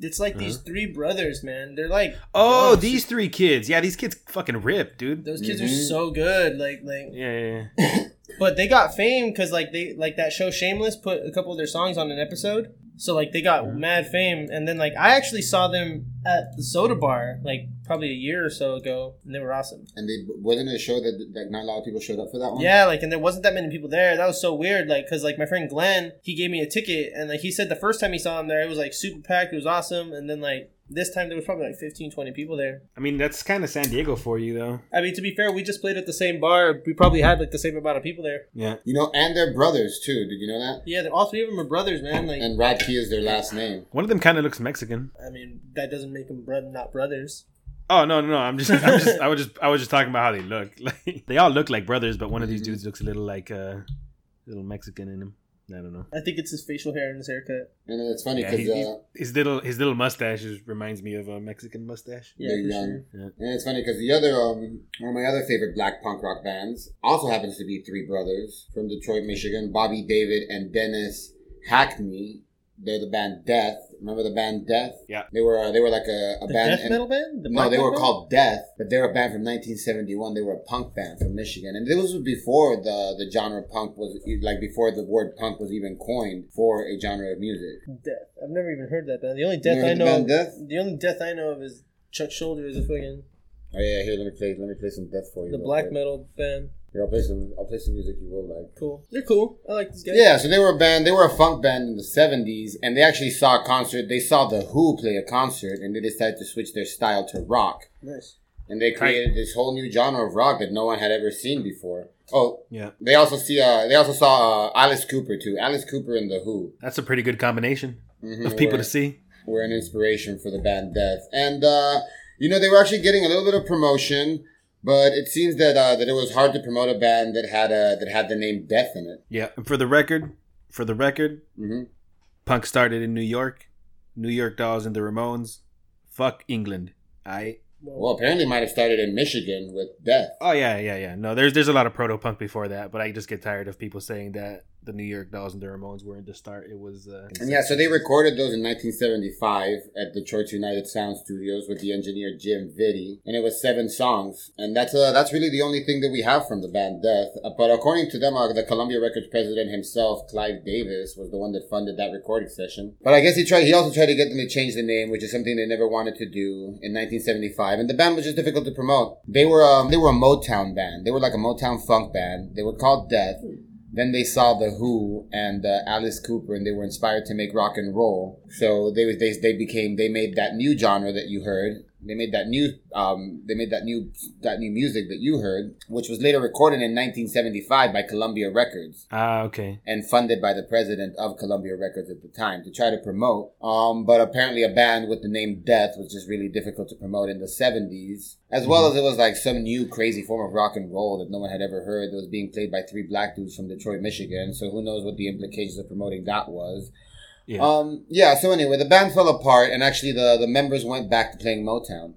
Speaker 6: It's like these three brothers, man. They're like
Speaker 1: Oh,
Speaker 6: Gosh.
Speaker 1: these three kids. Yeah, these kids fucking rip, dude.
Speaker 6: those kids are
Speaker 7: Mhm.
Speaker 6: so good. Like like,
Speaker 1: Yeah, yeah, yeah.
Speaker 6: but they got fame because like they like that show Shameless put a couple of their songs on an episode. So like they got mad fame, and then like I actually saw them at the Soda Bar like probably a year or so ago, and they were awesome.
Speaker 7: And they wasn't it a show that like not a lot of people showed up for that one.
Speaker 6: Yeah, like, and there wasn't that many people there. That was so weird, like, because, like, my friend Glenn, he gave me a ticket, and, like, he said the first time he saw him there, it was, like, super packed. It was awesome. And then, like, this time there was probably, like, 15, 20 people there.
Speaker 1: I mean, that's kind of San Diego for you, though.
Speaker 6: I mean, to be fair, we just played at the same bar. We probably had, like, the same amount of people there.
Speaker 1: Yeah.
Speaker 7: You know, and they're brothers too. Did you know that?
Speaker 6: Yeah, they're, all three of them are brothers, man. Like,
Speaker 7: And Radkey is their last name.
Speaker 1: One of them kind of looks Mexican.
Speaker 6: I mean, that doesn't make them bro- not brothers.
Speaker 1: Oh no, no, no! I'm just, I'm just, I was just, I was just talking about how they look. Like Mm-hmm. they all look like brothers, but one of these dudes looks a little like uh, a little Mexican in him. I don't know.
Speaker 6: I think it's his facial hair and his haircut.
Speaker 7: And it's funny
Speaker 1: Yeah,
Speaker 7: because
Speaker 1: he, he's-
Speaker 7: uh,
Speaker 1: his little, his little mustache is, reminds me of a Mexican mustache.
Speaker 6: Yeah,
Speaker 7: they're
Speaker 6: for
Speaker 7: young.
Speaker 6: sure.
Speaker 1: Yeah.
Speaker 7: And it's funny because the other, um, one of my other favorite black punk rock bands also happens to be three brothers from Detroit, Michigan Bobby, David, and Dennis Hackney. They're the band Death. Remember the band Death?
Speaker 1: Yeah.
Speaker 7: They were, uh, they were like a, a
Speaker 6: The
Speaker 7: band.
Speaker 6: death
Speaker 7: and-
Speaker 6: metal band? The
Speaker 7: no,
Speaker 6: black
Speaker 7: they
Speaker 6: metal
Speaker 7: were
Speaker 6: band?
Speaker 7: called Death, but they were a band from 1971. They were a punk band from Michigan, and this was before the the genre punk was e, like before the word punk was even coined for a genre of music.
Speaker 6: Death. I've never even heard that band. The only death
Speaker 7: never
Speaker 6: I
Speaker 7: heard the
Speaker 6: know.
Speaker 7: band Death?
Speaker 6: The only death I know of is Chuck Shoulder is a fucking
Speaker 7: Oh yeah, here let me play let me play some Death for you.
Speaker 6: the
Speaker 7: real
Speaker 6: black
Speaker 7: quick.
Speaker 6: metal band.
Speaker 7: Here, I'll play some I'll play some music you will like.
Speaker 6: Cool. They're cool. I like these guys.
Speaker 7: Yeah, so they were a band. They were a funk band in the '70s, and they actually saw a concert. They saw the Who play a concert, and they decided to switch their style to rock.
Speaker 6: Nice.
Speaker 7: And they created this whole new genre of rock that no one had ever seen before. Oh,
Speaker 1: Yeah,
Speaker 7: They also see. Uh, they also saw uh, Alice Cooper too. Alice Cooper and the Who.
Speaker 1: that's a pretty good combination
Speaker 7: Mm-hmm,
Speaker 1: of people
Speaker 7: were,
Speaker 1: to see.
Speaker 7: were an inspiration for the band Death, and uh, you know they were actually getting a little bit of promotion, but it seems that uh, that it was hard to promote a band that had a that had the name Death in it.
Speaker 1: Yeah. And for the record, for the record,
Speaker 7: Mhm.
Speaker 1: punk started in New York. New York Dolls and the Ramones. Fuck England. I.
Speaker 7: Well, apparently, it might have started in Michigan with Death.
Speaker 1: Oh yeah, yeah, yeah. No, there's there's a lot of proto punk before that, but I just get tired of people saying that the New York Dolls and the Ramones weren't the start. It was. Uh,
Speaker 7: And yeah, so they recorded those in 1975 at Detroit's United Sound Studios with the engineer Jim Vitti, and it was seven songs. And that's uh, that's really the only thing that we have from the band Death. Uh, But according to them, uh, the Columbia Records president himself, Clive Davis, was the one that funded that recording session. But I guess he tried. He also tried to get them to change the name, which is something they never wanted to do in 1975. And the band was just difficult to promote. They were um, they were a Motown band. They were like a Motown funk band. They were called Death. Then they saw the Who and uh, Alice Cooper, and they were inspired to make rock and roll. So they they they became they made that new genre that you heard. They made that new um they made that new that new music that you heard, which was later recorded in 1975 by Columbia Records
Speaker 1: Ah, okay.
Speaker 7: and funded by the president of Columbia Records at the time to try to promote. Um, but apparently a band with the name Death was just really difficult to promote in the 70s, as well
Speaker 6: Mm-hmm.
Speaker 7: as it was like some new crazy form of rock and roll that no one had ever heard that was being played by three black dudes from Detroit, Michigan. So who knows what the implications of promoting that was.
Speaker 1: Yeah.
Speaker 7: Um, yeah, so anyway, the band fell apart and actually the, the members went back to playing Motown.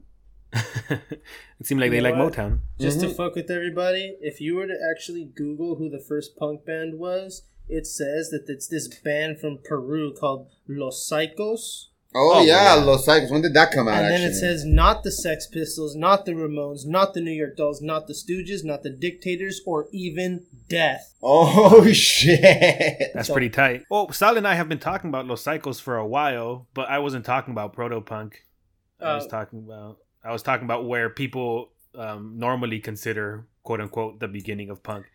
Speaker 1: it seemed like
Speaker 6: You
Speaker 1: they
Speaker 6: know
Speaker 1: like
Speaker 6: what?
Speaker 1: Motown.
Speaker 6: Just
Speaker 7: Mm-hmm.
Speaker 6: to fuck with everybody, if you were to actually Google who the first punk band was, it says that it's this band from Peru called Los Psychos.
Speaker 7: Oh,
Speaker 1: Oh,
Speaker 7: yeah,
Speaker 1: yeah.
Speaker 7: Los Psychos. When did that come out?
Speaker 6: And then it
Speaker 7: actually?
Speaker 6: says not the Sex Pistols, not the Ramones, not the New York Dolls, not the Stooges, not the Dictators, or even Death.
Speaker 7: Oh shit!
Speaker 1: That's
Speaker 6: So-
Speaker 1: pretty tight. Oh, Sal and I have been talking about Los Psychos for a while, but I wasn't talking about proto punk. I was
Speaker 6: Oh.
Speaker 1: talking about I was talking about where people um, normally consider quote unquote the beginning of punk.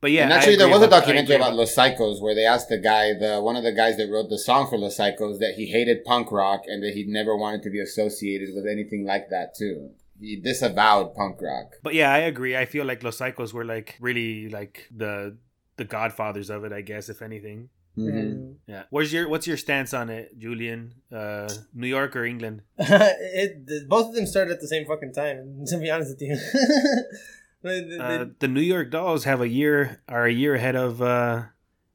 Speaker 1: But yeah,
Speaker 7: and
Speaker 1: I
Speaker 7: actually, there
Speaker 1: agree
Speaker 7: was a
Speaker 1: about- I
Speaker 7: documentary
Speaker 1: agree
Speaker 7: about Los Psychos where they asked the guy, the one of the guys that wrote the song for Los Psychos, that he hated punk rock and that he never wanted to be associated with anything like that too. He disavowed punk rock.
Speaker 1: But yeah, I agree. I feel like Los Psychos were like really like the the godfathers of it, I guess, if anything.
Speaker 6: Mm-hmm.
Speaker 7: Mhm.
Speaker 1: Yeah. What's your what's your stance on it, Julian? Uh New York or England?
Speaker 6: it, the, both of them started at the same fucking time. To be honest with you, They- they-
Speaker 1: Uh, the New York Dolls have a year are a year ahead of uh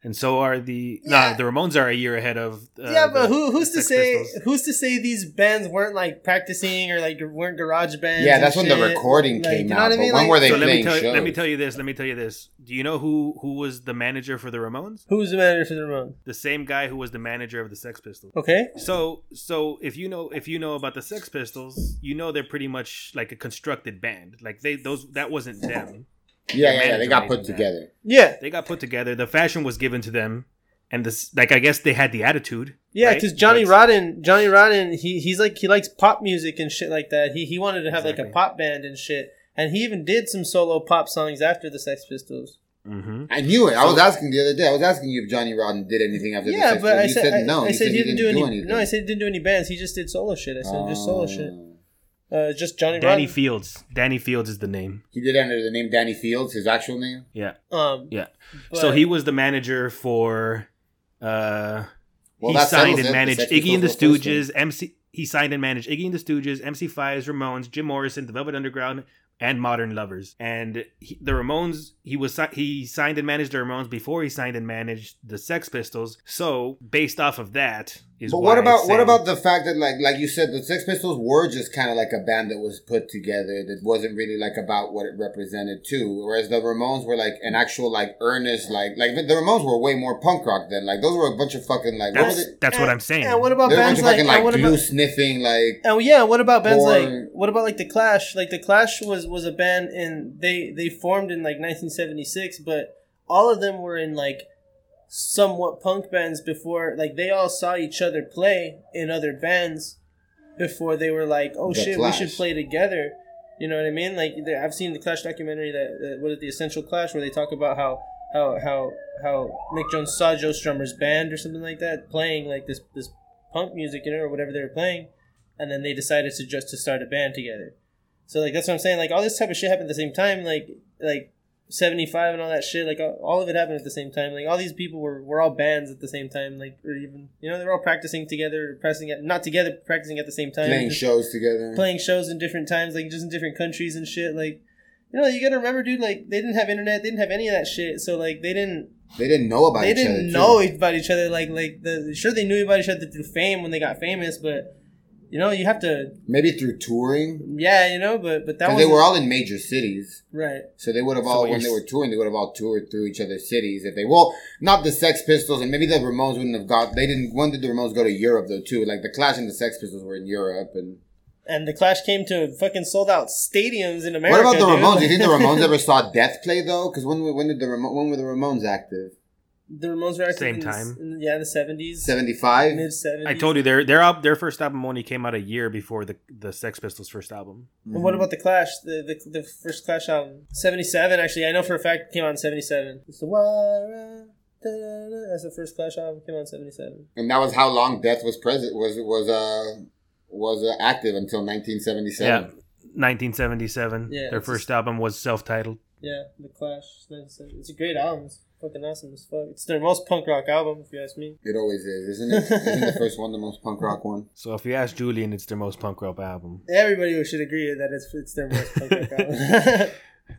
Speaker 1: and so are the
Speaker 6: Yeah.
Speaker 1: nah, the Ramones are a year ahead of uh,
Speaker 6: yeah,
Speaker 1: the-
Speaker 6: but who, who's
Speaker 1: the
Speaker 6: to
Speaker 1: Sex
Speaker 6: say
Speaker 1: Pistols.
Speaker 6: who's to say these bands weren't like practicing or like weren't garage bands?
Speaker 7: Yeah,
Speaker 6: and
Speaker 7: that's when the
Speaker 6: shit?
Speaker 7: recording
Speaker 6: Like,
Speaker 7: came
Speaker 6: you know
Speaker 7: out,
Speaker 6: what I
Speaker 7: but
Speaker 6: mean?
Speaker 7: when
Speaker 6: Like,
Speaker 7: were they
Speaker 1: So let me
Speaker 7: playing
Speaker 1: tell you,
Speaker 7: shows?
Speaker 1: let me tell you this. Let me tell you this. Do you know who who was the manager for the Ramones?
Speaker 6: Who was the manager for the Ramones?
Speaker 1: The same guy who was the manager of the Sex Pistols.
Speaker 6: Okay,
Speaker 1: So so if you know if you know about the Sex Pistols, you know they're pretty much like a constructed band. Like they those that wasn't them.
Speaker 7: Yeah, yeah, yeah. They
Speaker 1: manager
Speaker 7: got put
Speaker 1: made them
Speaker 7: together.
Speaker 6: yeah,
Speaker 1: They got put together. The fashion was given to them, and this like I guess they had the attitude.
Speaker 6: yeah,
Speaker 1: right?
Speaker 6: because Johnny
Speaker 1: But-
Speaker 6: Rodden, Johnny Rodden, he he's like he likes pop music and shit like that. He he wanted to have like a
Speaker 1: Exactly.
Speaker 6: pop band and shit, and he even did some solo pop songs after the Sex Pistols.
Speaker 1: Mhm.
Speaker 7: I knew it. I was asking the other day. I was asking you if Johnny Rodden did anything after
Speaker 6: yeah,
Speaker 7: the sex
Speaker 6: but I
Speaker 7: tape. You
Speaker 6: said, I,
Speaker 7: no.
Speaker 6: I
Speaker 7: You
Speaker 6: said, he didn't, do, any,
Speaker 7: anything.
Speaker 6: No, I said he didn't do any bands. He just did solo shit. I said just solo
Speaker 7: Oh.
Speaker 6: shit. Uh, just Johnny
Speaker 1: Danny
Speaker 6: Rodden.
Speaker 1: Fields. Danny Fields is the name.
Speaker 7: He did under the name Danny Fields, his actual name.
Speaker 1: Yeah.
Speaker 6: um,
Speaker 1: Yeah.
Speaker 6: but-
Speaker 1: so he was the manager for uh
Speaker 7: Well,
Speaker 1: he signed
Speaker 7: that settles it.
Speaker 1: and
Speaker 7: The
Speaker 1: managed
Speaker 7: Sex
Speaker 1: Iggy and the
Speaker 7: Pistols were the first
Speaker 1: Stooges, MC he signed and managed Iggy and the Stooges, MC5's Ramones, Jim Morrison, The Velvet Underground, and Modern Lovers. And he, the Ramones, he was si- he signed and managed the Ramones before he signed and managed the Sex Pistols. So, based off of that is
Speaker 7: But what
Speaker 1: why I
Speaker 7: about what
Speaker 1: say-
Speaker 7: about the fact that like like you said, the Sex Pistols were just kind of like a band that was put together that wasn't really like about what it represented too. Whereas the Ramones were like an actual like earnest like like the Ramones were way more punk rock than like those were a bunch of fucking like what
Speaker 1: That's
Speaker 7: was it?
Speaker 1: that's what
Speaker 6: And-
Speaker 1: I'm saying.
Speaker 6: And what about
Speaker 7: They were a bunch
Speaker 6: bands
Speaker 7: of
Speaker 6: like,
Speaker 7: fucking like,
Speaker 6: and what
Speaker 7: glue
Speaker 6: about,
Speaker 7: sniffing like
Speaker 6: and Oh, yeah, what about bands
Speaker 7: Or-
Speaker 6: like what about like the Clash? Like the Clash was was a band and they they formed in like 1976, but all of them were in like somewhat punk bands before. Like they all saw each other play in other bands before they were like, oh
Speaker 7: The
Speaker 6: shit,
Speaker 7: Clash.
Speaker 6: we should play together. You know what I mean? Like the, I've seen the Clash documentary that, that what is it, the Essential Clash where they talk about how how how how Mick Jones saw Joe Strummer's band or something like that playing like this this punk music you know or whatever they were playing, and then they decided to just to start a band together. So like that's what I'm saying. Like all this type of shit happened at the same time. Like like. 75 and all that shit like all, all of it happened at the same time like all these people were were all bands at the same time like or even you know they're all practicing together practicing at not together practicing at the same time
Speaker 7: playing
Speaker 6: just-
Speaker 7: shows together.
Speaker 6: playing shows in different times, like just in different countries and shit. Like, you know, you gotta remember, dude. Like, they didn't have internet, they didn't have any of that shit. So like, they didn't,
Speaker 7: They didn't know about
Speaker 6: they
Speaker 7: each other.
Speaker 6: didn't
Speaker 7: too.
Speaker 6: know about each other. Like, like the sure they knew about each other through fame when they got famous, but you know, you have to,
Speaker 7: Maybe through touring.
Speaker 6: yeah, you know, but but that
Speaker 7: Because
Speaker 6: was
Speaker 7: they were all in major cities.
Speaker 6: right.
Speaker 7: So they would have
Speaker 1: So
Speaker 7: all,
Speaker 1: what
Speaker 7: when they
Speaker 1: you're-
Speaker 7: were touring, they would have all toured through each other's cities. If they, well, not the Sex Pistols, and maybe the Ramones wouldn't have got, they didn't, when did the Ramones go to Europe though, too? Like the Clash and the Sex Pistols were in Europe. And
Speaker 6: And the Clash came to fucking sold out stadiums in
Speaker 7: what
Speaker 6: America.
Speaker 7: about the
Speaker 6: dude.
Speaker 7: Ramones? Do you think the Ramones ever saw Death Play though? Because when, were- when did the Ramones, when were the Ramones active?
Speaker 6: the Ramones were active
Speaker 1: Same
Speaker 6: in the-
Speaker 1: time.
Speaker 6: in- yeah, the seventies,
Speaker 7: 75?
Speaker 6: mid seventies.
Speaker 1: I told you their their al- their first album only came out a year before the the Sex Pistols first album.
Speaker 6: And
Speaker 7: Mm.
Speaker 6: what about the Clash? The the, the first Clash album, seventy seven. Actually, I know for a fact it came out in seventy seven. It's the Wara, da-da-da. That's the first Clash album. Came out in seventy seven.
Speaker 7: And that was how long Death was present, was, was, uh, was uh, active until 1977.
Speaker 1: Yeah. 1977.
Speaker 6: Yeah,
Speaker 1: their
Speaker 6: it's
Speaker 1: first album was self-titled.
Speaker 6: Yeah, the Clash. it's 97. It's a great album. It's fucking awesome as fuck. It's their most punk rock album, if you ask me.
Speaker 7: It always is, isn't it? Isn't the first one the most punk rock one?
Speaker 1: So if you ask Julian, it's their most punk rock album.
Speaker 6: Everybody should agree that it's it's their most punk rock album. I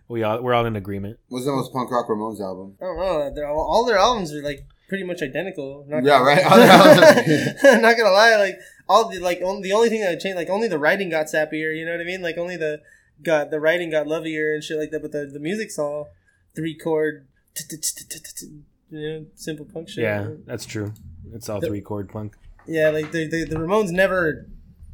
Speaker 1: We all we're all in agreement.
Speaker 7: What's the most punk rock Ramones album?
Speaker 6: don't know. They're all, all their albums are like pretty much identical. Not
Speaker 7: Yeah, right. All their albums
Speaker 6: not gonna lie, like all the like on, the only thing that changed, like only the writing got sappier. You know what I mean? Like only the got the writing got lovelier and shit like that. But the the music's all three chord, t- t- t- t- t- t- you know, simple punk shit.
Speaker 1: Yeah, that's true. It's all three chord punk.
Speaker 6: yeah. Like the the, the Ramones never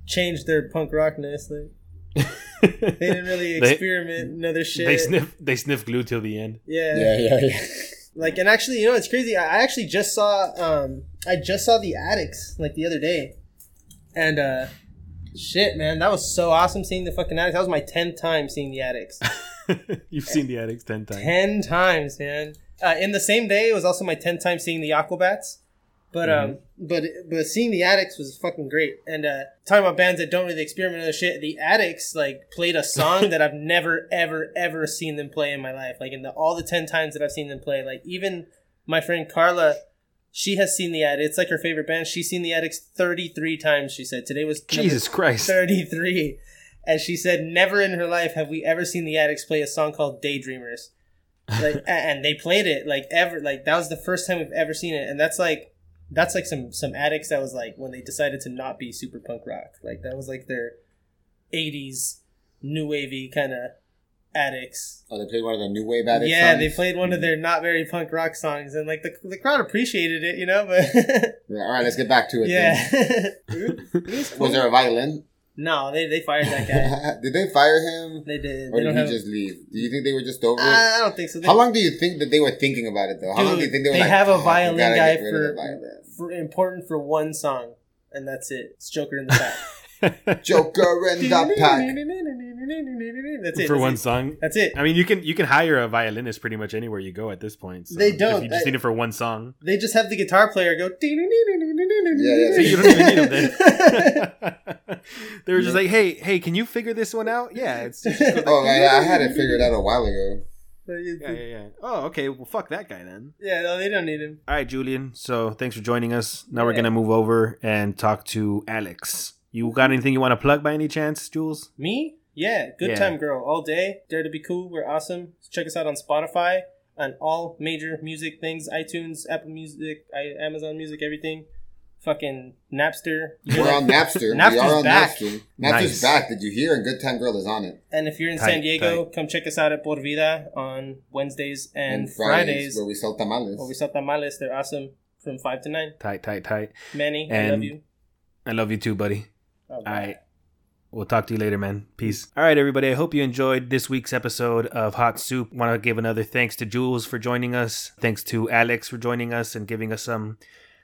Speaker 6: changed their punk rockness. Like they
Speaker 1: they
Speaker 6: didn't really
Speaker 1: They-
Speaker 6: experiment and other shit.
Speaker 1: sniff they sniff glue till the end.
Speaker 7: Yeah, yeah, yeah.
Speaker 6: Like and actually, you know, it's crazy. I I actually just saw um I just saw the Addicts like the other day, and uh shit, man, that was so awesome seeing the fucking Addicts. That was my tenth time seeing the Addicts.
Speaker 1: You've seen the addicts ten times.
Speaker 6: ten times, man. Uh, in the same day, it was also my tenth time seeing the Aquabats. But um, but but seeing the Addicts was fucking great. And uh, talking about bands that don't really experiment with other shit, the Addicts like played a song that I've never ever ever seen them play in my life. Like in the, all the ten times that I've seen them play, like even my friend Carla. She has seen the Addicts. It's like her favorite band. She's seen the Addicts 33 times, she said. Today was number
Speaker 1: Jesus Christ.
Speaker 6: 33. And she said, Never in her life have we ever seen the addicts play a song called Daydreamers. like a- and they played it like ever like that was the first time we've ever seen it and that's like that's like some some addicts that was like when they decided to not be super punk rock like that was like their 80s new wavy kind of addicts
Speaker 7: Oh, they played one of the new wave addicts.
Speaker 6: yeah they played one of their not very punk rock songs and like the, the crowd appreciated it you know but
Speaker 7: Yeah, all right, let's get back to it.
Speaker 6: yeah
Speaker 7: then.
Speaker 6: It was- it was cool.
Speaker 7: Was there a violin?
Speaker 6: no they, they fired that guy
Speaker 7: did they fire him,
Speaker 6: they did
Speaker 7: or
Speaker 6: they
Speaker 7: did
Speaker 6: don't
Speaker 7: he
Speaker 6: have
Speaker 7: just leave? Do you think they were just over it?
Speaker 6: I, I don't think so They-
Speaker 7: How long do you think that they were thinking about it though? How long do you
Speaker 6: Dude,
Speaker 7: think
Speaker 6: they,
Speaker 7: they were like,
Speaker 6: have a
Speaker 7: "Fuck, we
Speaker 6: violin
Speaker 7: gotta
Speaker 6: guy
Speaker 7: get rid of the
Speaker 6: for,
Speaker 7: violin."
Speaker 6: for important for one song, and that's it. It's Joker in the Pack.
Speaker 7: Joker and the Pack.
Speaker 6: that's it.
Speaker 1: for
Speaker 6: that's
Speaker 1: one
Speaker 6: it.
Speaker 1: song.
Speaker 6: That's it.
Speaker 1: I mean, you can you can hire a violinist pretty much anywhere you go at this point. so
Speaker 6: They
Speaker 1: if
Speaker 6: don't.
Speaker 1: you just
Speaker 6: They-
Speaker 1: need it for one song.
Speaker 6: They just have the guitar player go.
Speaker 7: yeah, so
Speaker 1: You don't even need 'em then. they were just like, "Hey, hey, can you figure this one out?" Yeah, it's just go like,
Speaker 7: Oh, I, I had it figured out a while ago.
Speaker 1: yeah, yeah, yeah. Oh, okay. Well, fuck that guy then.
Speaker 6: Yeah, no, they don't need him.
Speaker 1: All right, Julian. So thanks for joining us. Now we're
Speaker 6: Yeah.
Speaker 1: gonna move over and talk to Alex. You got anything you want to plug by any chance, Jules?
Speaker 6: Me? Yeah, good
Speaker 1: Yeah.
Speaker 6: time girl all day. Dare to be cool. We're awesome. Check us out on Spotify, on all major music things: iTunes, Apple Music, I, Amazon Music, everything. Fucking Napster.
Speaker 7: We're on Napster. we
Speaker 6: Napster's
Speaker 7: are on
Speaker 6: back.
Speaker 7: Napster.
Speaker 1: Nice.
Speaker 7: Napster's back. Did you hear? And Good Time Girl is on it.
Speaker 6: And if you're in
Speaker 1: Tight,
Speaker 6: San Diego, come check us out at Por Vida on Wednesdays and, Fridays.
Speaker 7: where we sell tamales.
Speaker 6: Where we sell tamales. They're awesome from 5 to 9.
Speaker 1: Tight, tight, tight.
Speaker 6: Manny, I
Speaker 1: And-
Speaker 6: love you.
Speaker 1: I love you too, buddy.
Speaker 6: Oh,
Speaker 1: All right. We'll talk to you later, man. Peace. All right, everybody. I hope you enjoyed this week's episode of Hot Soup. Want to give another thanks to Jules for joining us. Thanks to Alex for joining us and giving us some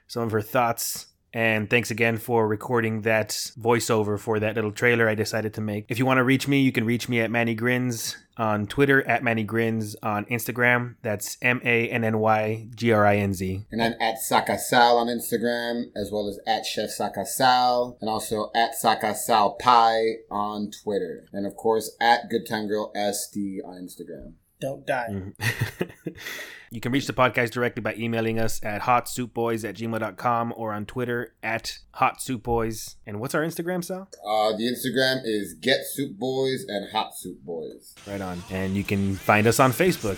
Speaker 1: some of her thoughts. And thanks again for recording that voiceover for that little trailer I decided to make. If you want to reach me, you can reach me at Manny Grins on Twitter, at Manny Grins on Instagram. That's M A N N Y G R I N Z.
Speaker 7: And I'm at Sakasal on Instagram, as well as at Chef Sakasal, and also at Sakasal Pie on Twitter. And of course, at Good Time Girl SD on Instagram.
Speaker 6: Don't die.
Speaker 1: Mhm. you can reach the podcast directly by emailing us at hotsoupboys at gmail.com or on Twitter at hotsoupboys. And what's our Instagram, Sal?
Speaker 7: Uh, the Instagram is Get Soup Boys and Hot Soup Boys.
Speaker 1: Right on. And you can find us on Facebook.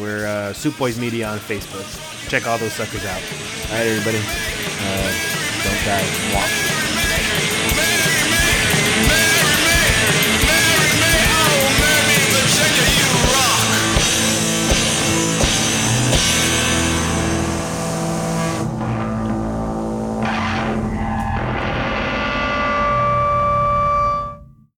Speaker 1: We're uh, Soup Boys Media on Facebook. Check all those suckers out. All right, everybody. Uh, don't die. Mwah.